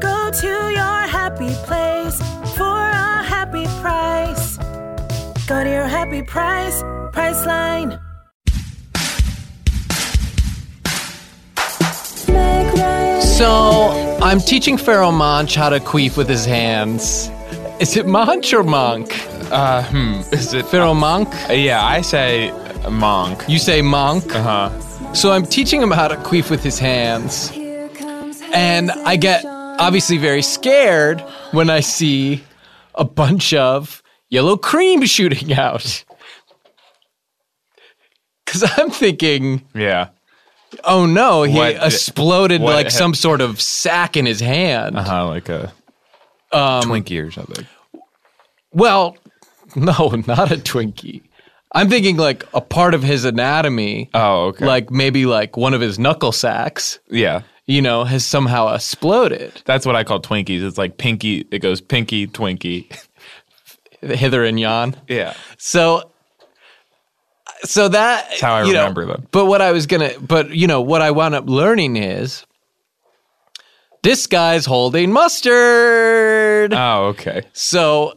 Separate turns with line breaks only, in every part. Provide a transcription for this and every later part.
Go to your happy place for a happy price. Go to your happy price, Priceline.
So I'm teaching Pharaoh Monch how to queef with his hands. Is it Monch or Monk?
Uh, hmm. Is it? Uh,
Pharaoh Monk?
Yeah, I say monk.
You say Monk?
Uh huh.
So I'm teaching him how to queef with his hands. And I get obviously very scared when I see a bunch of yellow cream shooting out. Because I'm thinking,
Yeah.
oh no, he
What-
exploded
what
like
had-
some sort of sack in his hand.
Uh huh. Like a Twinkie or something.
Well, no, not a Twinkie. I'm thinking like a part of his anatomy,
Oh, okay.
like maybe like one of his knuckle sacks,
yeah.
you know, has somehow exploded
That's what I call Twinkies. It's like pinky. It goes pinky Twinkie.
hither and yon.
yeah.
So, so that that's
how I remember them.
But what I was gonna, but you know, what I wound up learning is this guy's holding mustard.
Oh, okay.
so,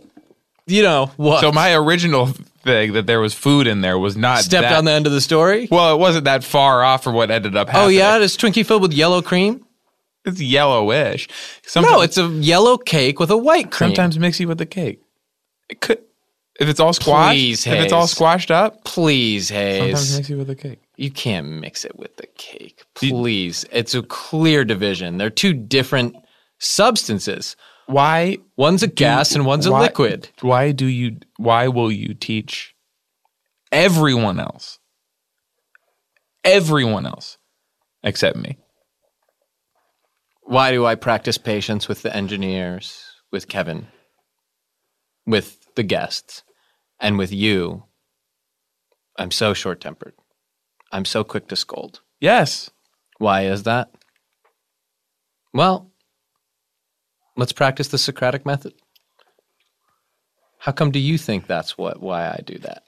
you know what?
So my original thing that there was food in there was not
stepped
that-
on the end of the story.
Well, it wasn't that far off from what ended up
Oh
happening.
yeah, is Twinkie filled with yellow cream?
it's yellowish. Sometimes,
No, it's a yellow cake with a white cream.
sometimes mixy with the cake. It could if it's all squashed.
Please,
if it's all
Hayes.
squashed up,
please,
sometimes
Hayes,
mixy with the cake.
you can't mix it with the cake. Please, it's a clear division. They're two different substances.
Why
One's a gas and one's a
why-
liquid.
Why do you? Why will you teach everyone else? Everyone else, except me.
Why do I practice patience with the engineers, with Kevin, with the guests, and with you? I'm so short tempered. I'm so quick to scold.
Yes.
Why is that? Well, let's practice the Socratic method. How come do you think that's what why I do that?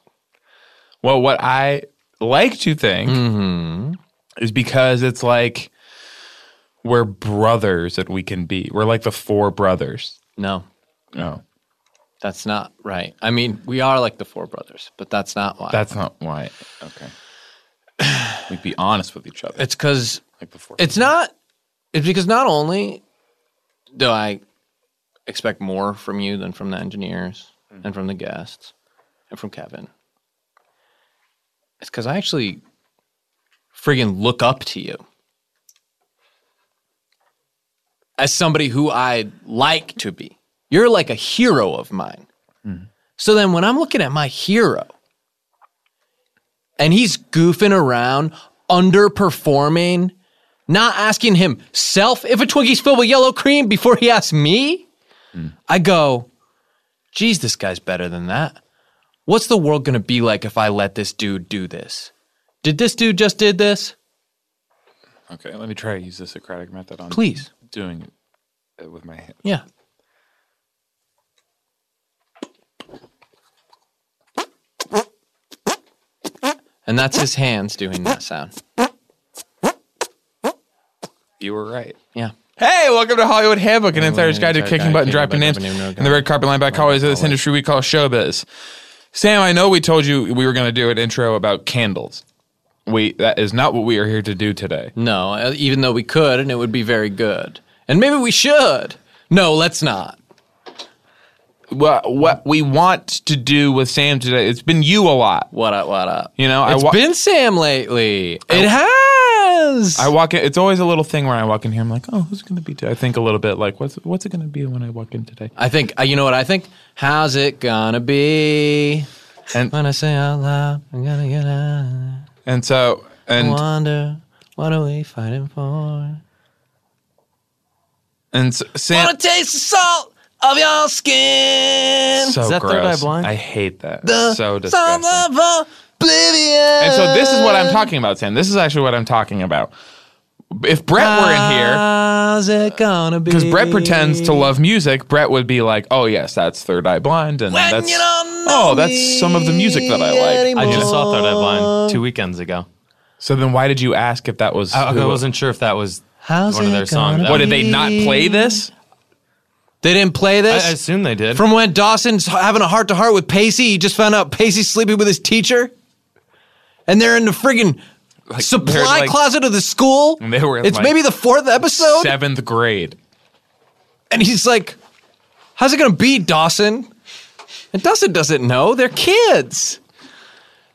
Well, what I like to think Mm-hmm. is because it's like we're brothers that we can be. We're like the four brothers.
No,
No,
that's not right. I mean, we are like the four brothers, but that's not why.
that's not why. Okay. We'd be honest with each other.
it's cuz
like the four.
it's not it's because not only do I expect more from you than from the engineers and from the guests and from Kevin. It's cuz I actually friggin' look up to you. As somebody who I like to be. You're like a hero of mine. So then when I'm looking at my hero, and he's goofing around, underperforming, not asking himself if a Twinkie's filled with yellow cream before he asks me. I go, geez, this guy's better than that. What's the world gonna be like if I let this dude do this? Did this dude just did this?
okay, let me try to use the Socratic method on
Please.
doing it with my hand.
Yeah. And that's his hands doing that sound.
You were right.
Yeah.
Hey, welcome to Hollywood Handbook, an insider's guide to
Insider's
kicking
Guide,
butt
Kicking Butt,
and dropping names
Dropping Name, No
and
Guide.
the red carpet line by colleagues of this industry we call showbiz. Sam, I know we told you we were going to do an intro about candles. We that is not what we are here to do today.
No, uh, even though we could, and it would be very good. And maybe we should. No, let's not.
What what we want to do with Sam today? It's been you a lot.
What up, what up?
You know, I
it's
wa-
been Sam lately. it has.
I walk in. It's always a little thing where I walk in here. I'm like, oh, who's it going to be? Today? I think a little bit like, what's what's it going to be when I walk in today?
I think, uh, you know what I think? How's it gonna be?
And
When I say out loud, I'm gonna get out.
and so
I
and
wonder, what are we fighting for?
and so, Sam.
Want to taste the salt of your skin.
So
Is that
gross.
Third Eye Blind?
I hate that.
the
so
song
disgusting.
of oblivion.
And so this is what
Uh.
I'm talking about, Sam. This is actually what I'm talking about. If Brett were in here,
Uh, How's it gonna be?
because Brett pretends to love music, Brett would be like, "Oh yes, that's Third Eye Blind," and
When
that's
you don't know
oh, that's some of the music that I
me
like.
anymore.
I just saw Third Eye Blind two weekends ago.
So then, why did you ask if that was?
I,
who-
I Oh, wasn't sure if that was
How's
one of
it
their songs.
gonna
That
What
was-
did they not play this?
They didn't play
I, I
this.
assume they did.
From when Dawson's having a heart to heart with Pacey, he just found out Pacey's sleeping with his teacher, and they're in the friggin' supply
they're like-
closet of the school.
And they were in
it's
like
maybe the fourth episode,
Seventh grade.
and he's like, "How's it gonna be, Dawson?" And Dawson doesn't know. They're kids.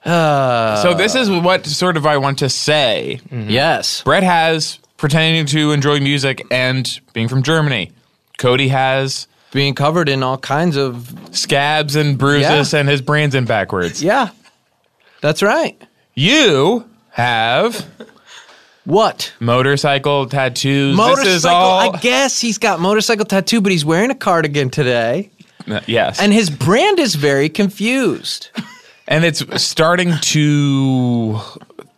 so this is what sort of I want to say.
Mm. Yes.
Brett has pretending to enjoy music and being from Germany. Cody has
Being covered in all kinds of
scabs and bruises, and his brain's in backwards.
yeah. That's right.
You have
What?
motorcycle tattoos.
Motorcycle.
This is all
I guess he's got motorcycle tattoo, but he's wearing a cardigan today,
yes,
and
and
his brand is very confused.
and it's starting to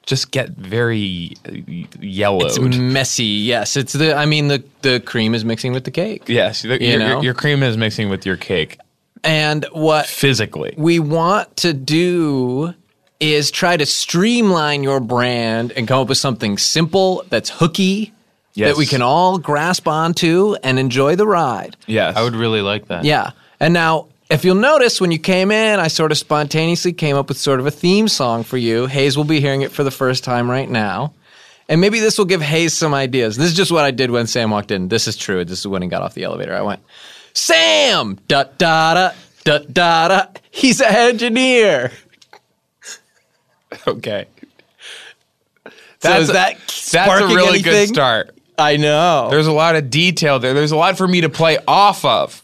just get very uh, yellowed.
It's messy. Yes, it's the. I mean, the the cream is mixing with the cake.
yes, your, your-
know?
your cream is mixing with your cake
And what
physically.
we want to do is try to streamline your brand and come up with something simple that's hooky
Yes.
that we can all grasp onto and enjoy the ride.
Yes,
I would really like that.
Yeah. And now, if you'll notice, when you came in, I sort of spontaneously came up with sort of a theme song for you. Hayes will be hearing it for the first time right now. And maybe this will give Hayes some ideas. This is just what I did when Sam walked in. This is true. This is when he got off the elevator. I went, Sam, da da da, da da da. He's a engineer.
Okay.
is that
that's a
sparking
really good
anything?
start.
I know.
There's a lot of detail there. There's a lot for me to play off of,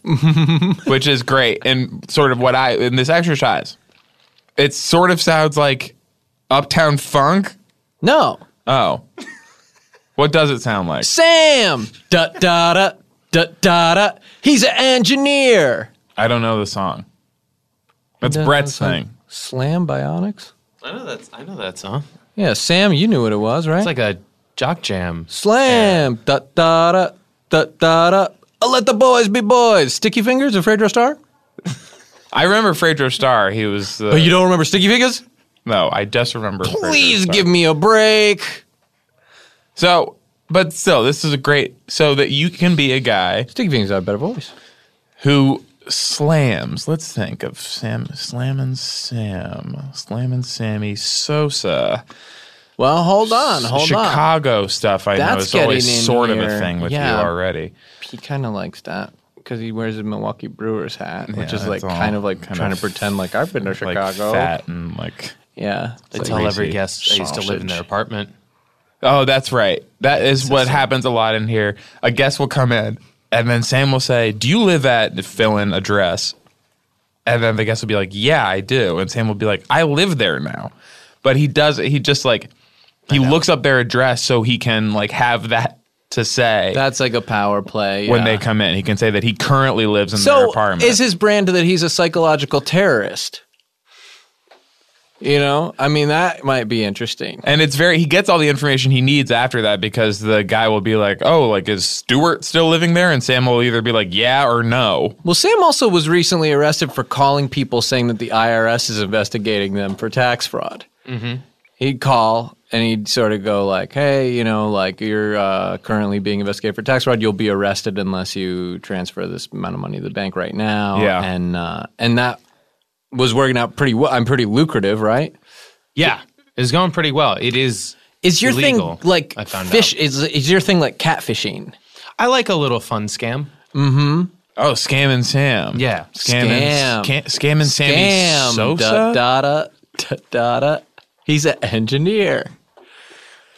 which is great. And sort of what I in this exercise, it sort of sounds like Uptown Funk.
no.
Oh, what does it sound like?
Sam, da da da, da da da. He's an engineer.
I don't know the song. That's Brett's thing.
Slam Bionics?
I know that's I know that song.
Yeah, Sam, you knew what it was, right?
It's like a jock jam.
Slam. Da da da da da da. i let the boys be boys. Sticky fingers of Fredro Star.
I remember Fredro Starr. He was. Uh,
But Oh, you don't remember sticky fingers?
No, I just remember. Fredro
Please
Starr.
give me a break.
So, but still, this is a great. So that you can be a guy
Sticky fingers had a better voice.
who slams. Let's think of Sam slamming Sam, slamming Sammy Sosa.
Well, hold on, hold on.
Chicago stuff. I know
That's
is always
getting in
sort of a
here.
thing with
Yeah.
you already.
He kind of likes that because he wears a Milwaukee Brewers hat, which
Yeah,
is like
it's all
kind of like
kind
trying
of
to pretend like I've been to
Like
Chicago.
fat and like.
Yeah, it's
They
like-
tell every
greasy
guest I used to live in their
sausage.
apartment.
Oh, that's right. That is what happens a lot in here. A guest will come in, and then Sam will say, "Do you live at the fill-in address?" And then the guest will be like, "Yeah, I do." And Sam will be like, "I live there now," but he does. He just like he looks up their address so he can like have that to say
that's like a power play
when
yeah.
they come in. He can say that he currently lives in their
So
apartment.
is his brand that he's a psychological terrorist? You know, I mean that might be interesting.
and it's very he gets all the information he needs after that because the guy will be like, "Oh, like is Stuart still living there?" And Sam will either be like, "Yeah" or "No."
Well, Sam also was recently arrested for calling people saying that the IRS is investigating them for tax fraud. Mm-hmm. He'd call and he'd sort of go like, "Hey, you know, like you're uh, currently being investigated for tax fraud. You'll be arrested unless you transfer this amount of money to the bank right now."
Yeah.
and uh, and that was working out pretty well. I'm pretty lucrative, right?
Yeah. It's going pretty well. It is
Is your
illegal,
thing like
I found
fish?
out.
Is is your thing like catfishing?
I like a little fun scam.
Oh, scamming Sam.
Yeah.
Scam.
scamming scam. scamming Sammy
Damn,
Sosa.
da da da da da. da. He's an engineer.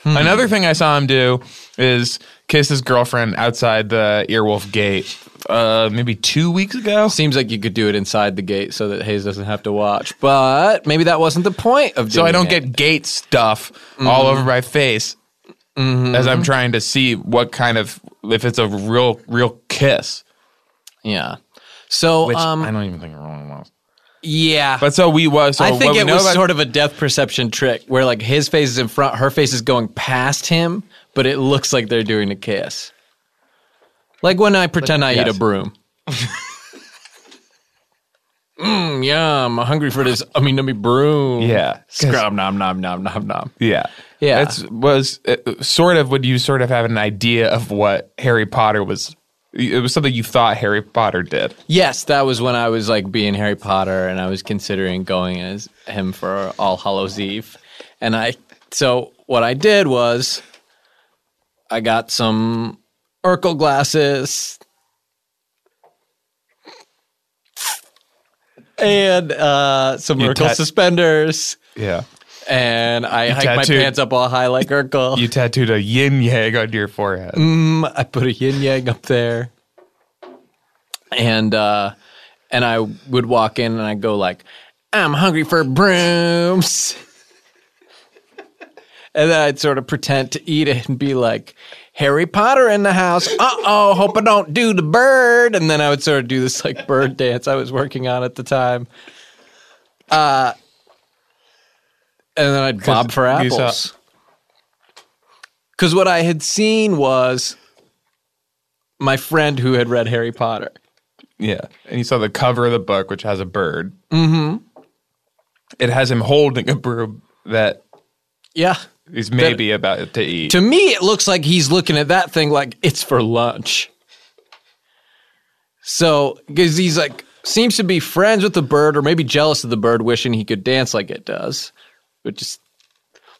Hmm. Another thing I saw him do is kiss his girlfriend outside the Earwolf Gate. Uh, maybe two weeks ago.
Seems like you could do it inside the gate so that Hayes doesn't have to watch. But maybe that wasn't the point of. Doing
So I don't
it.
get gate stuff all over my face as I'm trying to see what kind of if it's a real real kiss.
Yeah. So,
Which
um,
I don't even think Roland was.
yeah.
But so we was. So
I think
what
it
we know
was
about-
sort of a depth perception trick where like his face is in front, her face is going past him, but it looks like they're doing a kiss. Like when I pretend I eat
yes.
a broom. Mmm, yum. I'm hungry for this. I mean, let me broom.
Yeah, 'cause-
Scrub, nom, nom, nom, nom, nom.
Yeah.
Yeah.
It was it, sort of would you sort of have an idea of what Harry Potter was. It was something you thought Harry Potter did.
Yes, that was when I was like being Harry Potter and I was considering going as him for All Hallows Eve. And I, so what I did was I got some Urkel glasses. And uh, some
You
Urkel
tat-
suspenders,
Yeah.
and I hiked my
tattooed-
pants up all high like Urkel.
You tattooed a yin yang on your forehead.
Mm-hmm. I put a yin yang up there, and uh, and I would walk in and I go like, "I'm hungry for brooms," and then I'd sort of pretend to eat it and be like, "Harry Potter in the house." Uh oh, hope I don't do the bird. And then I would sort of do this like bird dance I was working on at the time. Uh, and then I'd bob for
you
apples.
saw-
Because what I had seen was my friend who had read Harry Potter.
Yeah. And you saw the cover of the book, which has a bird. Mm-hmm. It has him holding a broom that
Yeah.
he's maybe about to eat.
To me, it looks like he's looking at that thing like it's for lunch. So, because he's like, seems to be friends with the bird or maybe jealous of the bird, wishing he could dance like it does, which is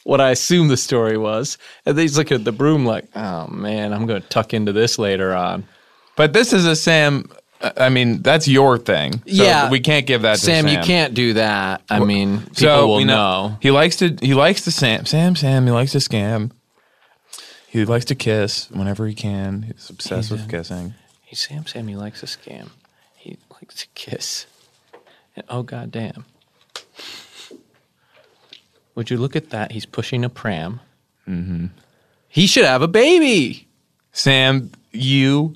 what I assume the story was. And then he's looking at the broom like, oh man, I'm going to tuck into this later on.
but this is a Sam. I- I mean, that's your thing. So
Yeah.
We can't give that to
Sam,
Sam.
you can't do that. I mean, people will
we
know.
he likes to he likes to Sam Sam Sam he likes to scam. He likes to kiss whenever he can. He's obsessed with kissing.
Hey, Sam, Sam, he likes a scam. He likes to kiss. And oh, goddamn. Would you look at that? He's pushing a pram. Mm-hmm. He should have a baby.
Sam, you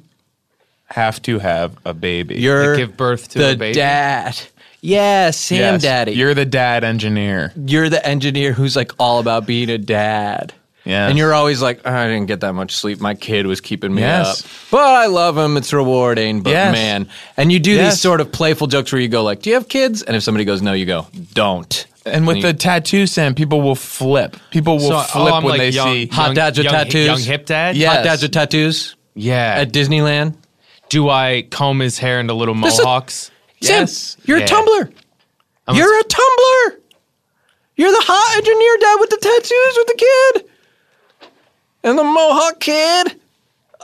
have to have a baby.
You're
give birth to
the
a baby?
dad. Yeah, Sam
Yes,
Daddy. You're,
You're the dad engineer.
you're the engineer who's like all about being a dad.
Yes.
And you're always like, "Oh, I didn't get that much sleep. My kid was keeping me
Yes.
up. But I love him. It's rewarding. But
Yes.
man. And you do
Yes.
these sort of playful jokes where you go like, Do you have kids? And if somebody goes, No, you go, Don't.
And with the tattoo, Sam, people will flip. People will
oh,
flip
I'm
when
like
they
young-
see.
Hot
young-
dads with
young-
tattoos.
Young hip dad.
Yeah.
Hot dads with tattoos
Yeah.
at Disneyland.
Do I comb his hair into little
This is-
mohawks?
Yes.
Sam, you're
Yeah.
a Tumblr.
I'm
you're a Tumblr. You're the hot engineer dad with the tattoos with the kid. And the Mohawk kid.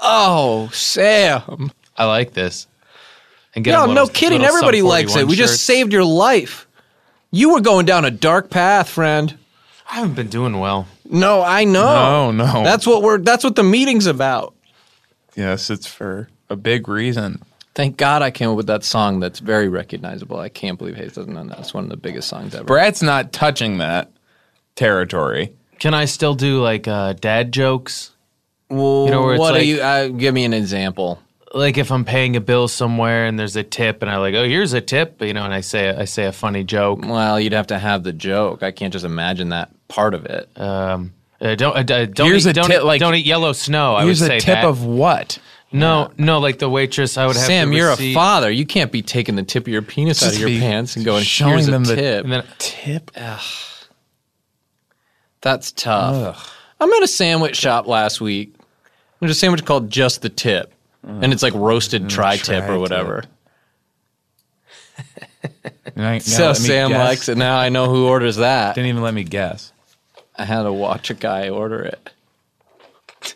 Oh, Sam.
I like this. And get
No,
him little-
no kidding.
little Sum
Everybody likes it.
41
We just
shirts.
saved your life. You were going down a dark path, friend.
I haven't been doing well.
No, I know.
No, no.
That's what we're that's what the meeting's about.
Yes, it's for a big reason.
Thank God I came up with that song that's very recognizable. I can't believe Hayes doesn't know that. It's one of the biggest songs ever.
Brad's not touching that territory.
Can I still do like uh, dad jokes?
Well,
know, where it's
what
like-
are you? Uh, give me an example.
Like if I'm paying a bill somewhere and there's a tip, and I like, oh, here's a tip, you know, and I say I say a funny joke.
Well, you'd have to have the joke. I can't just imagine that part of it.
Uh, don't uh, uh, don't
Here's
eat,
a
don't,
tip,
eat,
like-
don't eat yellow snow. I would
Here's
say
a tip
that.
of what?
no no like the waitress. I would have
Sam,
to
you're a
receipt-
father. You can't be taking the tip of your penis out
Just
of your
be
pants and going,
showing
"Here's
them
a
the-
tip."
And then
Tip.
That's tough. I'm at a sandwich shop last week. There's a sandwich called Just the Tip, and it's like roasted tri tip or
Mm. tri-tip.
whatever.
so
so Sam likes it. Now I know who orders that.
Didn't even let me guess.
I had to watch a guy order it.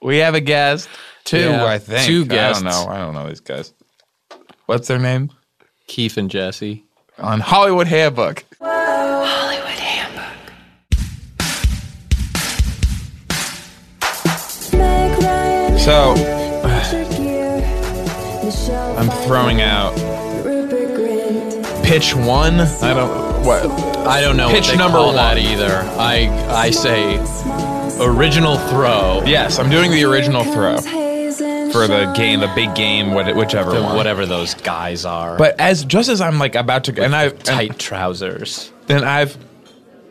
We have a guest. Two,
Yeah,
I think.
two guests.
I don't know. I don't know these guys. What's their name?
Keith and Jesse.
On Hollywood Handbook. So I'm throwing out pitch one. I don't what
I don't know
Pitch
what they
number
call
one.
that either. I I say original throw.
Yes, I'm doing the original throw. for the game, the big game, what- whichever
The-
one.
whatever those guys are.
But as just as I'm like about to, and I
With tight trousers.
and I've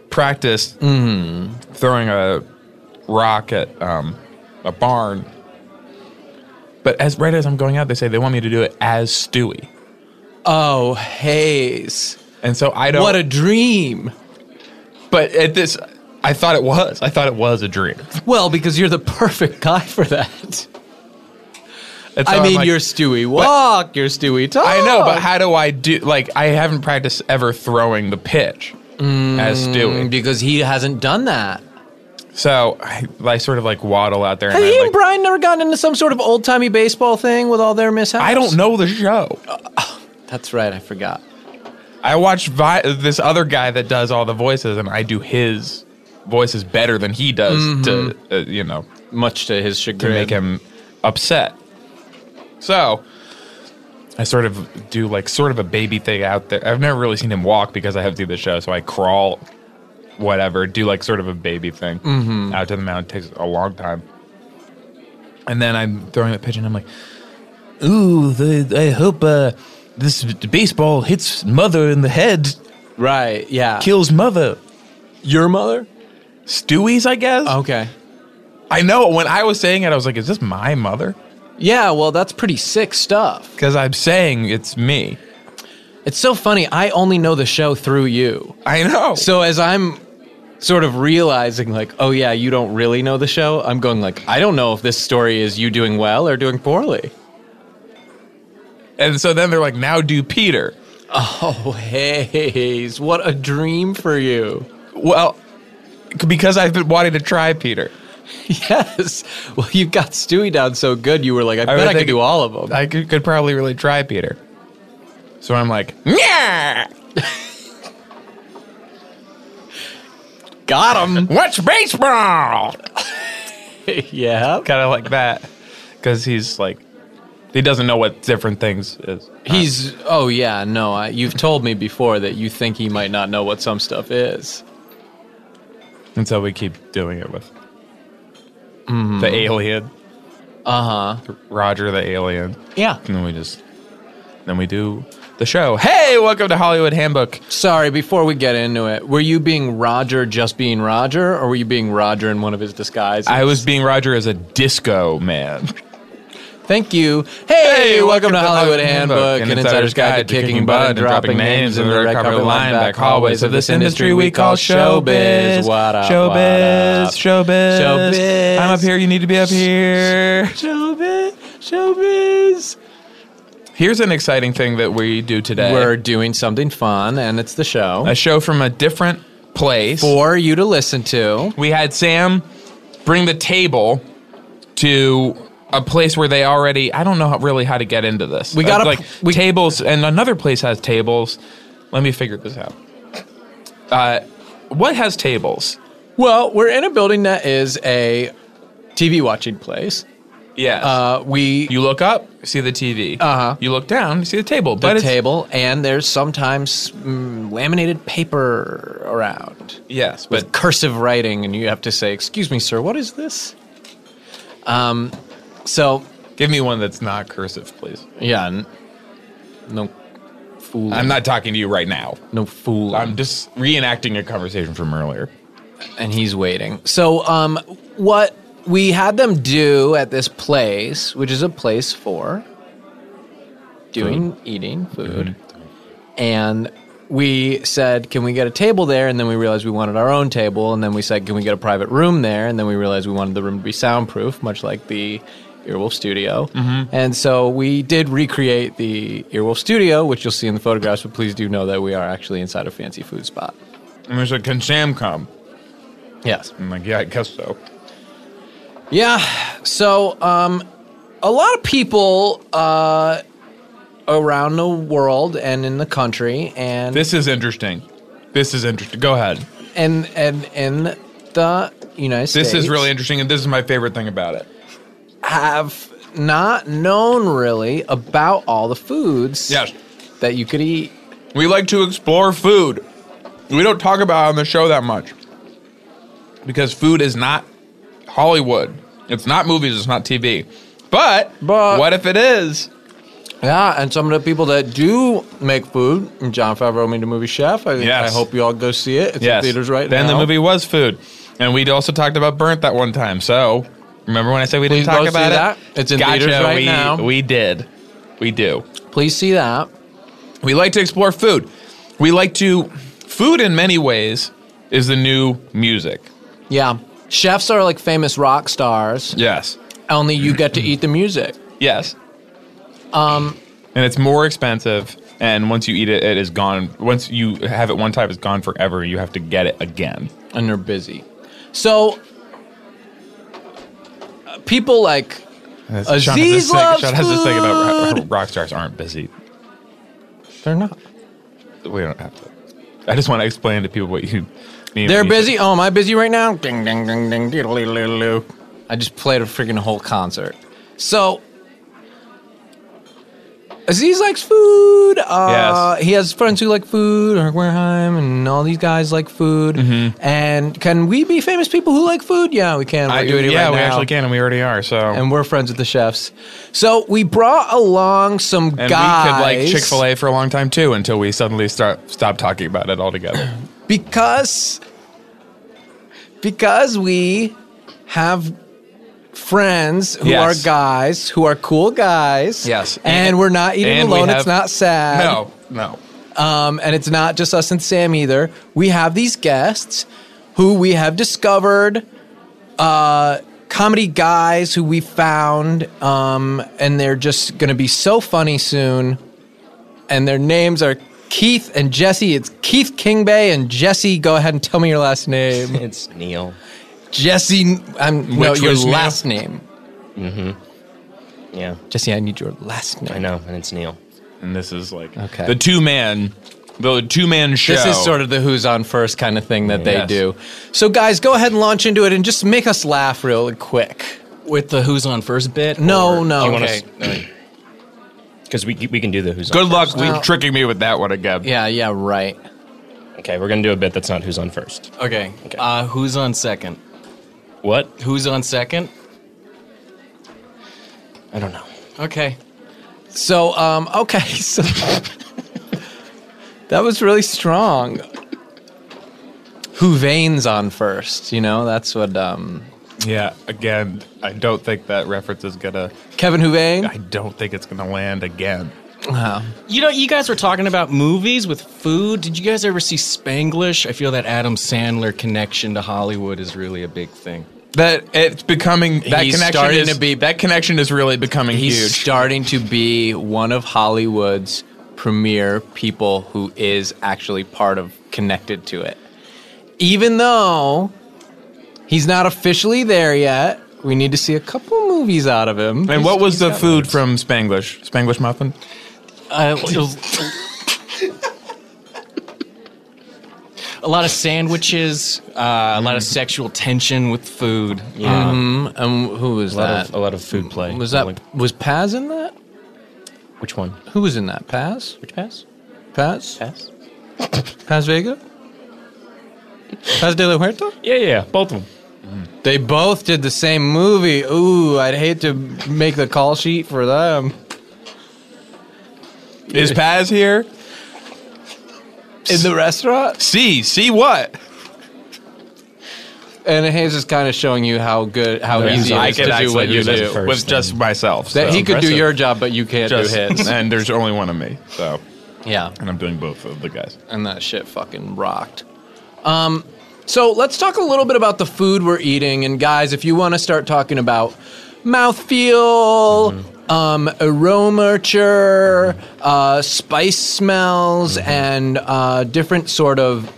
practiced throwing a rock at um, a barn. But as right as I'm going out, they say they want me to do it as Stewie,
Oh, Hayes.
and so I don't.
What a dream.
but at this, I thought it was. I thought it was a dream.
Well, because you're the perfect guy for that.
And so
I
I'm
mean,
like,
you're Stewie Walk, you're Stewie Talk.
I know, but how do I do? Like, I haven't practiced ever throwing the pitch
Mm.
as Stewie.
because he hasn't done that.
So I, I sort of like waddle out there. And
Have
I,
you
like,
and Brian never gotten into some sort of old timey baseball thing with all their mishaps?
I don't know the show.
That's right, I forgot.
I watched vi- this other guy that does all the voices, and I do his voices better than he does to, uh, you know,
Much to his
to
chagrin.
make him upset. So I sort of do like sort of a baby thing out there. I've never really seen him walk because I have to do the show, so I crawl, whatever, do like sort of a baby thing out to the mountain. It takes a long time. And then I'm throwing the pitch, and I'm like, "Ooh, the, I hope uh, this baseball hits mother in the head."
Right, yeah.
kills mother.
your mother?
Stewie's, I guess.
Okay.
Um, I know. When I was saying it, I was like, "Is this my mother?"
Yeah, well, that's pretty sick stuff.
Because I'm saying it's me.
It's so funny. I only know the show through you.
I know.
So as I'm sort of realizing, like, oh yeah, you don't really know the show, I'm going like, I don't know if this story is you doing well or doing poorly.
and so then they're like, "Now do Peter."
Oh, Hayes, what a dream for you.
Well, c- because I've been wanting to try Peter.
Yes. Well, you got Stewie down so good, you were like, I, bet
would
I could
think-
do all of them.
I could, could probably really try Peter. So I'm like, "Yeah,
got him.
watch baseball."
yeah.
kind of like that, because he's like, he doesn't know what different things is.
He's, oh, yeah, no, I, you've told me before that you think he might not know what some stuff is.
And so we keep doing it with the alien. Uh huh. Roger the alien.
Yeah.
And then we just, then we do the show. Hey, welcome to Hollywood Handbook.
Sorry, before we get into it, were you being Roger just being Roger, or were you being Roger in one of his disguises?
I was being Roger as a disco man.
Thank you. Hey, welcome, to Hollywood Handbook, an insider's guide to kicking butt and dropping names in the red carpet line back hallways of this industry we call showbiz. What up, what
showbiz,
up?
showbiz,
Showbiz.
I'm up here. You need to be up here.
Showbiz, showbiz.
Here's an exciting thing that we do today.
We're doing something fun, and it's the show
a show from a different place.
for you to listen to.
We had Sam bring the table to a place where they already. I don't know how, really how to get into this.
We gotta-
like
we-
tables, and another place has tables. Let me figure this out. Uh, what has tables?
Well, we're in a building that is a TV watching place.
Yes.
Uh, we
you look up, you see the TV. Uh
Uh-huh.
You look down, you see the table.
the
but it's-
table, and there's sometimes mm, laminated paper around.
Yes,
with
but
cursive writing, and you have to say, "Excuse me, sir, what is this?" Um, so
give me one that's not cursive, please.
yeah, n- no fool.
I'm not talking to you right now.
no fool.
I'm just reenacting a conversation from earlier.
and he's waiting. So, um, what we had them do at this place, which is a place for doing eating food, Mm-hmm. and we said, "Can we get a table there?" And then we realized we wanted our own table, and then we said, "Can we get a private room there?" And then we realized we wanted the room to be soundproof, much like the Earwolf Studio. And so we did recreate the Earwolf Studio, which you'll see in the photographs. But please do know that we are actually inside a fancy food spot.
And there's like, can Sam come?
Yes.
I'm like, yeah, I guess so.
Yeah. So, um, a lot of people uh, around the world and in the country, and
This is interesting. This is interesting. Go ahead.
and and in the United States,
This is really interesting, and this is my favorite thing about it.
have not known really about all the foods
Yes.
that you could eat.
We like to explore food. We don't talk about it on the show that much because food is not Hollywood. It's not movies. It's not TV. But,
But-
what if it is?
Yeah, and some of the people that do make food, John Favreau made the movie Chef. I,
Yes.
I hope you all go see it. It's
Yes.
in theaters right
then
now.
the movie was food. And we also talked about burnt that one time. So remember when I said we
Please go
didn't talk
see
about it?
that. It's in theaters right
we,
now.
We did. We do.
Please see that.
We like to explore food. We like to food in many ways is the new music.
Yeah. Chefs are like famous rock stars,
Yes.
only you get to eat the music.
Yes. Um
Um,
and it's more expensive and once you eat it it is gone. Once you have it one time it's gone forever. You have to get it again.
and they're busy. So uh, people like Aziz
Sean has this thing-
loves
Sean has this thing about ro- rock stars aren't busy.
they're not.
We don't have to. I just want to explain to people what you mean.
They're
when you say-
busy. Oh, am I busy right now? Ding ding ding ding diddle-diddle-diddle. I just played a freaking whole concert. So Aziz likes food. Uh, He has friends who like food, or Werheim, and all these guys like food. And can we be famous people who like food? Yeah, we can. We're
Mm-hmm. I,
doing it
yeah,
right
we
now.
actually can, and we already are. So and,
and we're friends with the chefs. So we brought along some guys.
we could like Chick Fil A for a long time too, until we suddenly start stop talking about it altogether.
because because we have friends who
Yes.
are guys who are cool guys.
Yes.
and,
And-
we're not eating
and we
alone.
have-
it's not sad.
no, no.
um, and it's not just us and Sam either. We have these guests who we have discovered, uh, comedy guys who we found, um, and they're just going to be so funny soon. And their names are Keith and Jesse. It's Keith Kingbay and Jesse. Go ahead and tell me your last name.
It's Neil.
Jesse, I'm no
Which
your
was Neil?
last name.
Yeah,
Jesse, I need your last name.
I know, and it's Neil.
And this is like
Okay.
the two man, the two man show.
This is sort of the who's on first kind of thing that they
Yes.
do. So, guys, go ahead and launch into it and just make us laugh real quick.
With the who's on first bit?
No,
or-
no.
You want
Okay.
us? Because we we can do the who's on
good luck
first.
with tricking me with that one again.
Oh. Yeah, yeah, right.
Okay, we're gonna do a bit that's not who's on first.
Okay. Uh, who's on second?
What?
Who's on second?
I don't know.
Okay.
So, um, okay, so that was really strong. Who veins on first? You know, that's what um,
Yeah, Again, I don't think that reference is gonna.
Kevin
I
Huvain.
don't think it's gonna land again. Uh-huh.
You know, you guys were talking about movies with food. Did you guys ever see Spanglish? I feel that Adam Sandler connection to Hollywood is really a big thing.
That it's becoming that
He's
connection
starting
is
to be-
that connection is really becoming
He's
huge.
starting to be one of Hollywood's premier people who is actually part of connected to it. Even though he's not officially there yet, we need to see a couple movies out of him.
And what was the food from Spanglish? Spanglish muffin?
Uh, it was- a lot of sandwiches, uh, a lot of sexual tension with food.
Yeah,
Um, who was
a, lot
that?
of, a lot of food play.
Was that
Like,
was Paz in that?
which one?
Who was in that? Paz?
Which pass?
Paz?
Pass.
Paz Vega? Paz de la Huerta?
Yeah, yeah, both of them.
They both did the same movie. Ooh, I'd hate to make the call sheet for them.
Is Paz here?
In the restaurant?
See, see what?
And Hayes is kind of showing you how good, how
Yeah.
easy
I
it is
can
to do
actually
what you
do this
do.
first
with just myself.
That
so.
he could do
Impressive.
your job, but you can't
Just-
do his.
and there's only one of me. So,
yeah.
and I'm doing both of the guys.
and that shit fucking rocked. Um, so let's talk a little bit about the food we're eating. And guys, if you want to start talking about mouthfeel,
Mm-hmm.
um, aromature, uh, spice smells,
Mm-hmm.
and uh, different sort of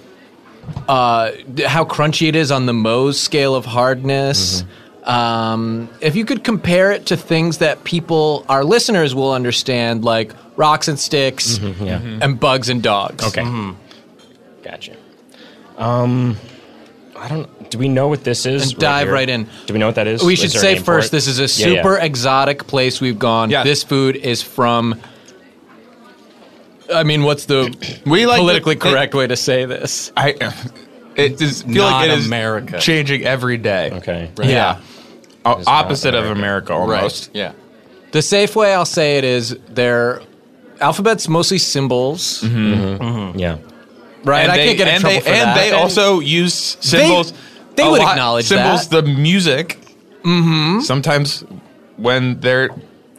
uh, d- how crunchy it is on the Mohs scale of hardness.
Mm-hmm.
Um, if you could compare it to things that people, our listeners, will understand, like rocks and sticks,
Mm-hmm. Yeah.
and bugs and dogs.
Okay. Gotcha. Um, I don't. Do we know what this is?
And dive
here?
right in.
Do we know what that is?
We
Is
should
there a
say
name for
first,
it?
this is a
Yeah, yeah.
super exotic place we've gone.
Yeah.
This food is from. I mean, what's the
We like
politically
the-
correct way to say this?
I it is feel
Not
like it is
America.
changing every day.
Okay.
Yeah. O-
not
opposite of America
Right.
almost.
Yeah. The safe way I'll say it is their alphabet's mostly symbols,
Yeah.
right? I
they-
can't get in
Mm-hmm. and
trouble
they,
for
and
that.
they also use symbols.
they
a
would acknowledge
symbols
that.
the music. Mm-hmm. Sometimes when they're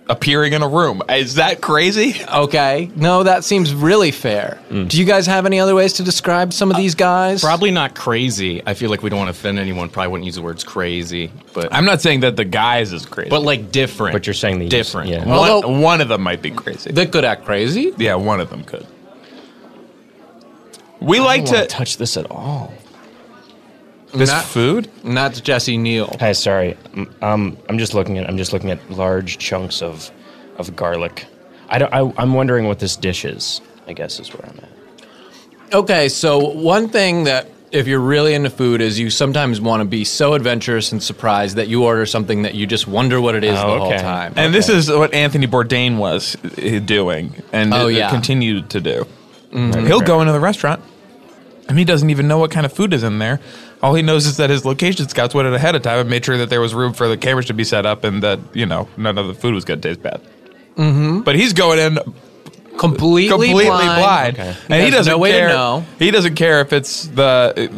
appearing in a room, is that crazy?
okay. No, that seems really fair.
Mm.
Do you guys have any other ways to describe some
Uh,
of these guys?
Probably not crazy. I feel like we don't want to offend anyone. Probably wouldn't use the words crazy, but
I'm not saying that the guys is crazy,
but like different.
But you're saying the
different.
Yeah.
one,
Although-
one of them might be crazy.
They could act crazy.
yeah, one of them could. We like
I don't
to
wanna touch this at all.
this
Not-
food.
And that's Jesse Neal.
Hi, sorry. Um, um, I'm just looking at I'm just looking at large chunks of of garlic. I don't. I, I'm wondering what this dish is. I guess is where I'm at.
Okay, so one thing that if you're really into food is you sometimes want to be so adventurous and surprised that you order something that you just wonder what it is
Oh,
the whole
okay.
time.
And this is what Anthony Bourdain was uh, doing, and
Oh,
it- it
yeah.
continued to do.
Mm-hmm.
He'll go into the restaurant, and he doesn't even know what kind of food is in there. All he knows is that his location scouts went ahead of time and made sure that there was room for the cameras to be set up, and that you know none of the food was going to taste bad. Mm-hmm. But he's going in
completely,
completely
blind.
blind, and he
There's
doesn't
no way to
care.
know.
He doesn't care if it's the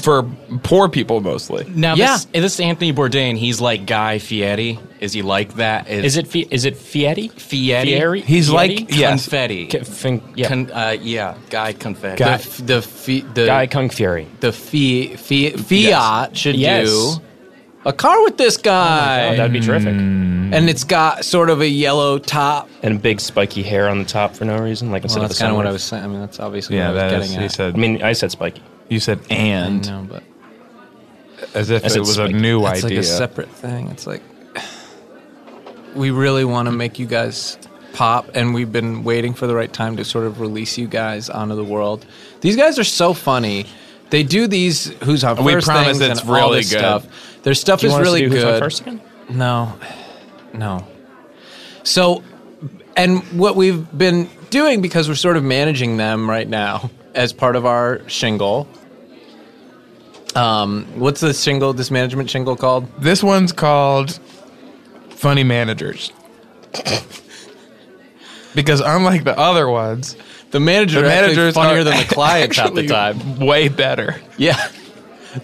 for poor people mostly.
now,
Yeah.
this, this Anthony Bourdain, he's like Guy Fieri. Is he like that?
Is it fi- is it fieri?
Fieri?
Fieri?
He's
Fieri?
like yes,
confetti?
Ca- fin- yeah.
Con, uh, yeah, Guy confetti.
The
Guy-
f- the fee, the
Guy Kung Fury.
the fee, fee, Fiat should
Yes.
do a car with this guy,
Oh, that'd be terrific.
and it's got sort of a yellow top.
And big spiky hair on the top for no reason, like instead
Well,
of
that's
the
kind of what I
sunroof.
was saying. I mean, that's obviously
yeah.
what I
That
was
is,
getting
he
at.
said.
I mean, I said spiky.
you said and.
no, but
as if
As
it
it's
was a
like-
new
it's
idea.
like a separate thing. It's like we really want to make you guys pop, and we've been waiting for the right time to sort of release you guys onto the world. These guys are so funny. They do these who's on first
We promise
things
it's
and all
really
this
good.
stuff. Their stuff
Do you
is
want
really
us to do
good.
Who's on first again?
No, no. So, and what we've been doing because we're sort of managing them right now as part of our shingle. Um, what's the shingle? This management shingle called?
This one's called Funny Managers. because unlike the other ones,
The manager
the
managers
managers
funnier
are
than the clients at the
actually
time.
Way better.
Yeah.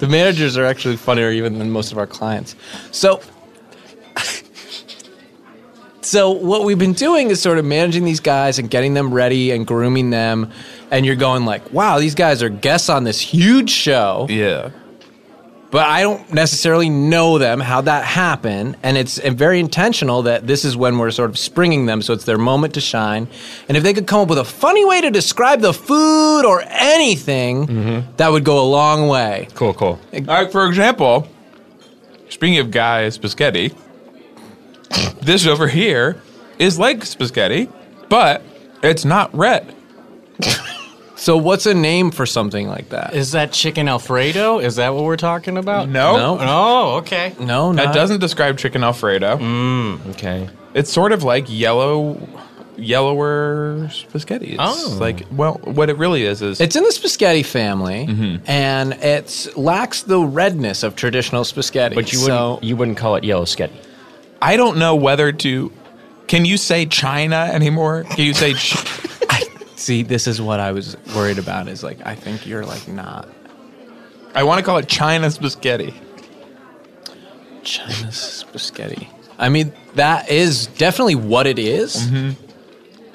The managers are actually funnier even than most of our clients. So So what we've been doing is sort of managing these guys and getting them ready and grooming them and you're going like, "Wow, these guys are guests on this huge show."
Yeah.
But I don't necessarily know them how that happened and it's uh, very intentional that this is when we're sort of springing them so it's their moment to shine. And if they could come up with a funny way to describe the food or anything, that would go a long way.
Cool, cool.
Like for example, speaking of guys, Spaghetti, this over here is like Spaghetti, but it's not red.
So what's a name for something like that?
Is that chicken Alfredo? Is that what we're talking about?
No.
No.
Oh, okay.
no,
That
not-
doesn't describe chicken alfredo.
Okay.
It's sort of like yellow, yellower spaghetti. It's
Oh.
like well, what it really is is
It's in the spaghetti family, and it lacks the redness of traditional spaghetti.
But you
so
wouldn't you wouldn't call it yellow sketty.
I don't know whether to. Can you say China anymore? Can you say? Ch-
see, this is what I was worried about. Is like, I think you're like not
I want to call it China spaghetti.
China's spaghetti. I mean, that is definitely what it is.
Mm-hmm.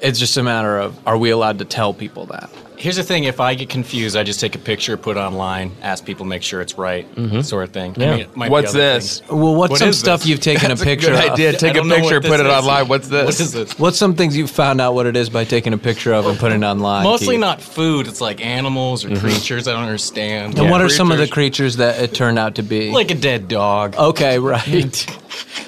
It's just a matter of are we allowed to tell people that?
Here's the thing: if I get confused, I just take a picture, put it online, ask people, make sure it's right,
Mm-hmm.
sort of thing. I mean, it might be
What's
other
this?
things.
Well, what's
What
some
is
stuff
this?
you've taken a picture
Good
of?
idea. Take
I
a
don't know
picture,
what
put
this
it
is.
online. What's this?
What is this?
What's some things you found out what it is by taking a picture of and putting it online?
Mostly
Keith?
not food. It's like animals or creatures. I don't understand.
Mm-hmm. And what are some of the creatures that it turned out to be?
Like a dead dog.
okay, right.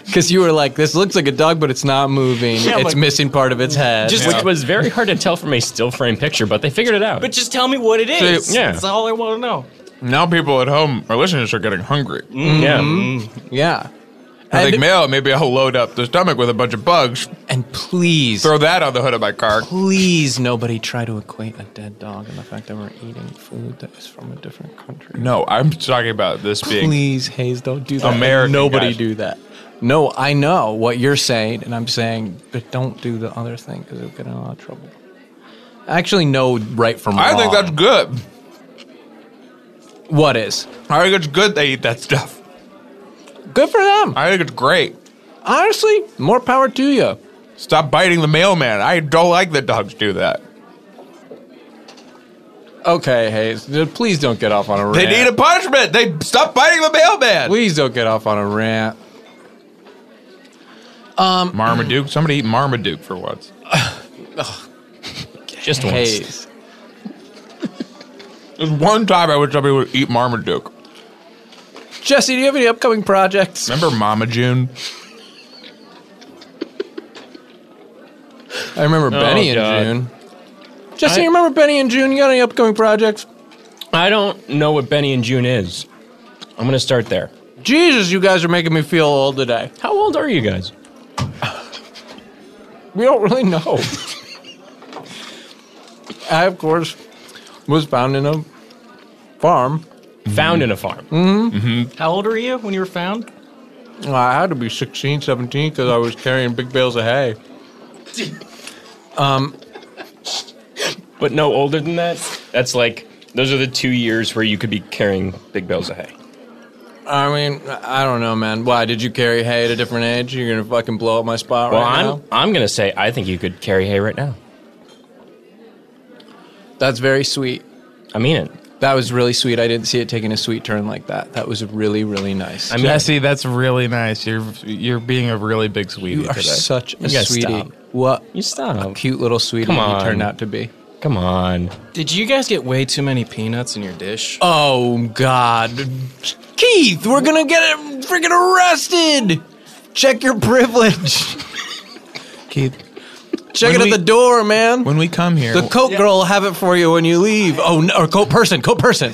Because you were like, this looks like a dog, but it's not moving.
Yeah,
it's
like-
missing part of its head.
Just-
Which was very hard to tell from a still frame picture, but they figured it out.
But just tell me what it is.
yeah.
That's all I want to know. Mm-hmm.
Mm-hmm.
Now people at home, our listeners are getting hungry.
yeah.
yeah.
I think,
And-
mail, maybe I'll load up the stomach with a bunch of bugs.
And please,
Throw that on the hood of my car.
please, nobody try to equate a dead dog and the fact that we're eating food that is from a different country.
No, I'm talking about this being.
Please, Hayes, don't do that. And
American,
nobody
guys.
do that. No, I know what you're saying, and I'm saying, but don't do the other thing because it'll get in a lot of trouble. I actually know right from wrong.
I think that's good.
what is
I think it's good they eat that stuff.
good for them.
I think it's great.
Honestly, more power to you.
Stop biting the mailman. I don't like that dogs do that.
Okay, Hayes, d- please don't get off on a rant.
They need a punishment. They stop biting the mailman.
Please don't get off on a rant.
Marmaduke. Somebody eat Marmaduke for once.
Just once.
Hayes,
There's one time I wish somebody would eat Marmaduke.
Jesse, do you have any upcoming projects?
Remember Mama June?
I remember Benny and
Oh, God.
June. Jesse,
I-
you remember Benny and June? You got any upcoming projects?
I don't know what Benny and June is. I'm gonna start there.
Jesus, you guys are making me feel old today.
How old are you guys?
We don't really know. I, of course, was found in a farm.
Found in a farm.
Mm-hmm. How old were you when you were found?
I had to be 16, 17 because I was carrying big bales of hay.
But no older than that. That's like those are the two years where you could be carrying big bales of hay.
I mean, I don't know, man. Why did you carry hay at a different age? You're gonna fucking blow up my spot
Well,
right
I'm
now.
I'm gonna say I think you could carry hay right now.
That's very sweet.
I mean it.
That was really sweet. I didn't see it taking a sweet turn like that. That was really, really nice.
I mean,
Jesse, that's really nice. You're you're being a really big sweetie
you are
today.
such a
You guys
sweetie.
stop.
What
you stop.
cute little sweetie
Come
you turned
on.
out to be.
Come on.
Did you guys get way too many peanuts in your dish?
Oh God, Keith, we're gonna get him freaking arrested. Check your privilege.
Keith,
Check
When
it
we-
at the door, man.
when we come here,
the coat girl will have it for you when you leave. Oh, no, or coat person, coat person.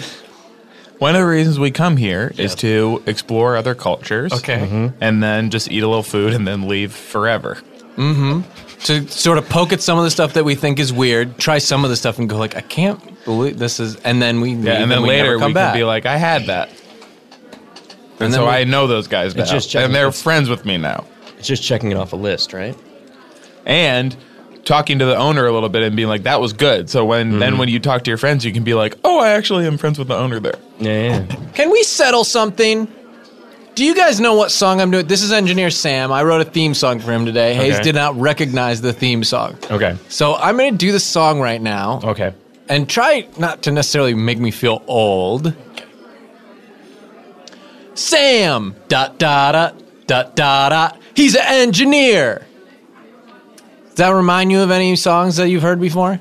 one of the reasons we come here is to explore other cultures. Mm-hmm.
Okay. Mhm.
And then just eat a little food and then leave forever.
to sort of poke at some of the stuff that we think is weird, try some of the stuff and go like, I can't believe this is, and then we leave
Yeah, and then
we
later
never
we
come back.
can be like, I had that. And,
then
so
we-
I know those guys now.
just checking
and they're
if-
friends with me now.
It's just checking it off a list, right?
And talking to the owner a little bit and being like, that was good. So when then when you talk to your friends, you can be like, oh, I actually am friends with the owner there.
Yeah.
can we settle something? Do you guys know what song I'm doing? This is engineer Sam. I wrote a theme song for him today. Hayes
Okay.
did not recognize the theme song.
Okay.
So I'm going to do the song right now
Okay.
and try not to necessarily make me feel old. Sam dot dot dot dot dot dot. He's an engineer. Does that remind you of any songs that you've heard before?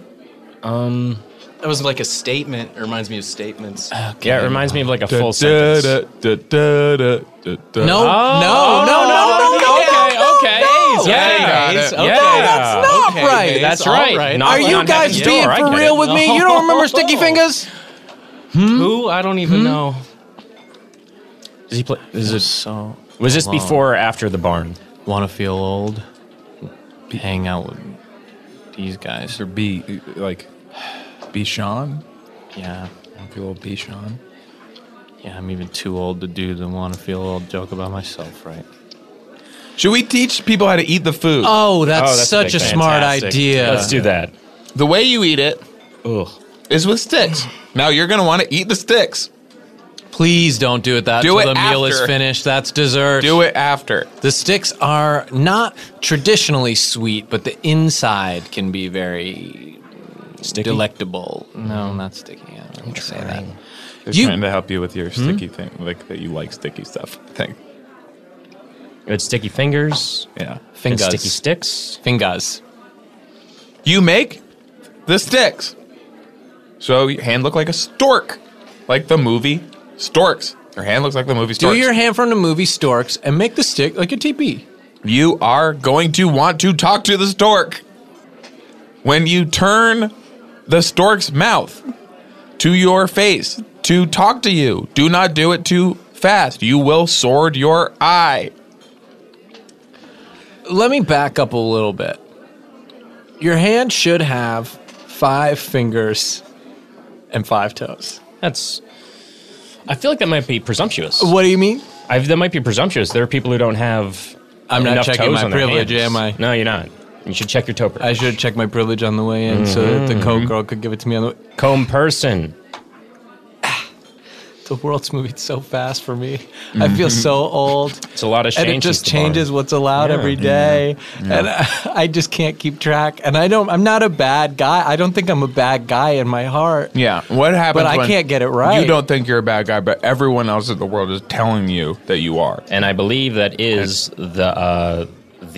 That was like a statement. It reminds me of statements.
Yeah, it reminds me of like a
Da-
full
da-
sentence.
da- da- da- da- da- da. Ah.
No, no, no, Oh, no, no, no,
Okay, okay.
Got
Yeah.
it.
Yeah.
That's not right.
That's right. Knock
Are
on
you
heaven's
guys
door,
being
I
for
get
real
it.
with me? You don't remember Sticky Fingers? Hmm?
Who? I don't even know.
Does he play? Is it,
So,
was this before or after the barn?
want to feel old? Hang out with these guys.
Or be like, be Sean.
Yeah.
People be Sean.
Yeah, I'm even too old to do the want to feel old joke about myself, right?
Should we teach people how to eat the food?
Oh, that's,
Oh, that's
such a
big-
smart
fantastic.
idea.
Let's do that.
the way you eat it
Ugh.
is with sticks. Now you're gonna want to eat the sticks.
Please don't do it that
Do
till
it
the meal is
after.
finished. That's dessert.
Do it after.
The sticks are not traditionally sweet, but the inside can be very
Sticky?
delectable. No, not sticky. I don't want to say that.
They're
You-
trying to help you with your sticky thing, like that you like sticky stuff thing.
It's sticky fingers.
Yeah.
It's
Fingers.
sticky sticks.
Fingers.
You make the sticks. So your hand look like a stork, like the movie Storks. Your hand looks like the movie
Do
Storks.
your hand from the movie Storks and make the stick like a teepee.
you are going to want to talk to the stork. When you turn the stork's mouth to your face to talk to you, do not do it too fast. You will sword your eye.
let me back up a little bit. Your hand should have five fingers and five toes.
That's. I feel like that might be presumptuous.
What do you mean?
I've, that might be presumptuous. There are people who don't have.
I'm not
enough
checking
toes
my
on their
privilege,
hands.
am I?
No, you're not. You should check your toe.
I should check my privilege on the way in so that
Mm-hmm.
the co girl could give it to me on the way.
comb person.
The world's moving so fast for me. I feel so old.
Mm-hmm. It's a lot of
and
change
it just
since the
changes
barn.
what's allowed
Yeah.
every day and I, I just can't keep track and i don't i'm not a bad guy i don't think i'm a bad guy in my heart
Yeah. What happens?
But I
when
can't get it right.
You don't think you're a bad guy, but everyone else in the world is telling you that you are.
And I believe that is the uh,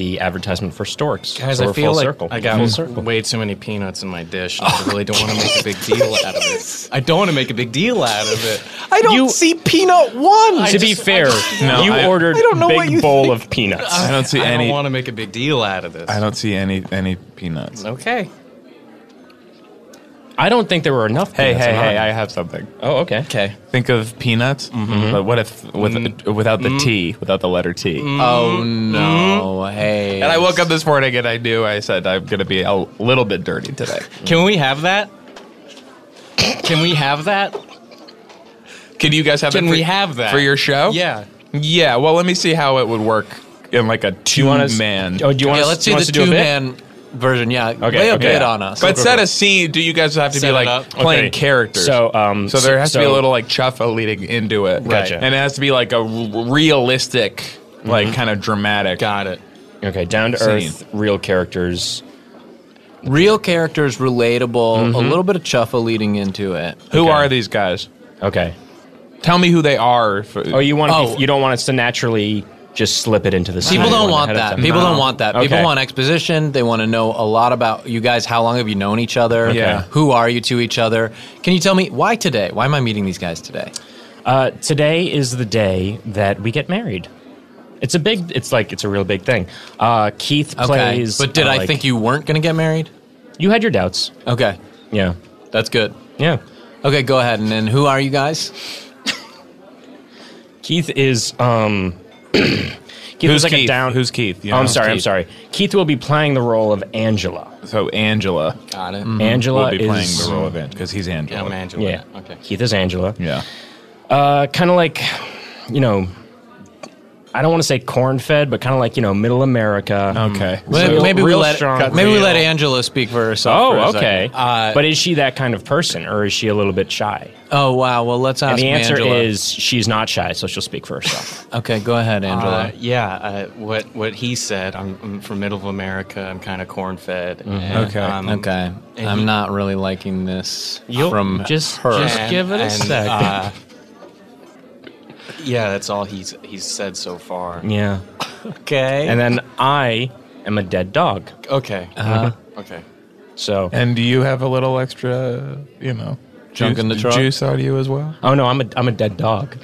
the advertisement for Storks.
Guys,
So
I
we're
feel
full
like
circle.
I got
full circle.
way too many peanuts in my dish. and I really don't want to make a big deal out of it. I don't want to make a big deal out of it.
i don't
You-
see peanut one
to be fair,
No,
you
I-
ordered
I don't know
big
what you
bowl of peanuts.
I don't see
I
any.
don't want to make a big deal out of this.
I don't see any any peanuts.
Okay.
I don't think there were enough.
Hey,
peanuts
hey,
in
hey!
mine.
I have something. Mm-hmm.
oh, okay.
Okay.
Think of peanuts, but what if with,
Mm-hmm.
without the T, without the letter T?
oh
Mm-hmm.
no hey
And I woke up this morning and I knew I said I'm gonna be a little bit dirty today.
Can we have that? Can we have that?
Can you guys have?
Can
it for,
we have that?
for your show?
Yeah.
Yeah. Well, let me see how it would work in like a two man.
Oh, do you want
yeah
us, do
let's do
you
the
want us to do a
two
bit?
man version yeah okay,
Okay,
lay a
okay.
bit on us
But set a scene. Do you guys have to
Set
be
it
like
up.
playing
Okay.
characters?
So, um,
so there has to be a
so-
little like chuffa leading into it.
Gotcha. Mm-hmm.
And it has to be like a r- realistic, like kind of dramatic.
Got it.
Okay, down to
Scene.
earth, real characters.
real characters relatable
Mm-hmm.
a little bit of chuffa leading into it
Who
Okay.
are these guys?
Okay.
Tell me who they are. For,
Oh, you want
Oh.
you don't want us to naturally just slip it into the scene.
People
You
don't want
ahead of
that.
time.
People don't want that. People
Okay.
want exposition. They want to know a lot about you guys. How long have you known each other?
Yeah.
Who are you to each other? Can you tell me why today? Why am I meeting these guys today?
Uh, today is the day that we get married. It's a big. It's like it's a real big thing. Uh, Keith plays.
But did
uh,
I
like-
think you weren't going to get married?
You had your doubts.
Okay.
Yeah.
That's good.
Yeah.
Okay, go ahead. And then who are you guys?
Keith is. Um, Keith
Who's
was like
Keith?
a down.
Who's Keith? You
Oh, I'm
know?
sorry. I'm
Keith.
sorry. Keith will be playing the role of Angela.
So Angela
Got
Mm.
it.
Angela
Mm-hmm. will be playing
is.
the role of Angela because he's Angela.
Yeah, I'm Angela.
Yeah.
Okay.
Keith is Angela.
Yeah.
Uh, kind of like, you know, I don't want to say corn fed, but kind of like you know, middle America.
Okay.
Maybe,
So
we
real
let
strong
maybe we
reveal.
let Angela speak for herself. for a
Oh,
second.
okay.
Uh,
but is she that kind of person, or is she a little bit shy?
oh wow. Well, let's ask
And the answer
Angela.
is she's not shy, so she'll speak for herself.
okay. Go ahead, Angela.
Uh, yeah, uh, what what he said. I'm, I'm from middle of America. I'm kind of corn fed.
Okay.
Mm-hmm.
Um,
okay.
and
I'm
he-
not really liking this
You'll-
from
just-
her.
just- give it a sec.
uh, yeah, that's all he's he's said so far.
yeah.
okay.
And then I am a dead dog.
Okay.
Uh-huh.
Okay.
So
And do you have a little extra, you know,
Junk
juice,
in the truck?
juice on you as well?
oh no, I'm a I'm a dead dog.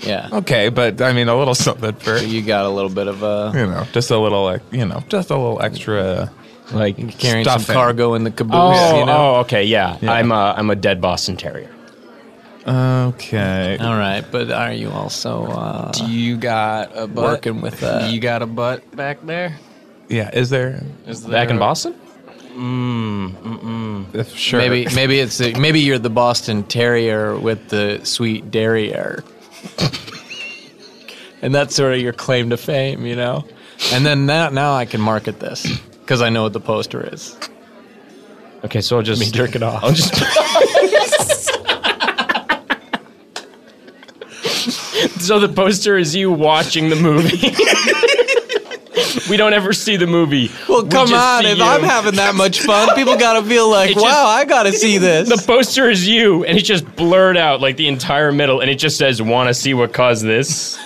yeah.
Okay, but I mean a little something for you
You got a little bit of a
know, just a little like you know, just a little extra.
Like
carrying
Stuff
some
it.
cargo in the caboose.
oh,
you know?
oh okay yeah. I'm a I'm a dead Boston Terrier.
Okay.
Uh,
All right, but are you also uh,
You got a butt.
working with uh,
You got a butt back there.
Yeah. Is there?
Is
Back in
there-
Boston.
If, sure.
maybe maybe it's the, maybe you're the Boston Terrier with the sweet derriere, and that's sort of your claim to fame, you know. And then now, now I can market this because I know what the poster is.
Okay, so I'll just
Me jerk it off.
I'll just So the poster is you watching the movie. we don't ever see the movie.
Well,
We
come
just
on!
see
If
you.
I'm having that much fun, people gotta feel like,
It just-
wow, I gotta see this.
the poster is you, and it's just blurred out like the entire middle, and it just says, "Want to see what caused this?"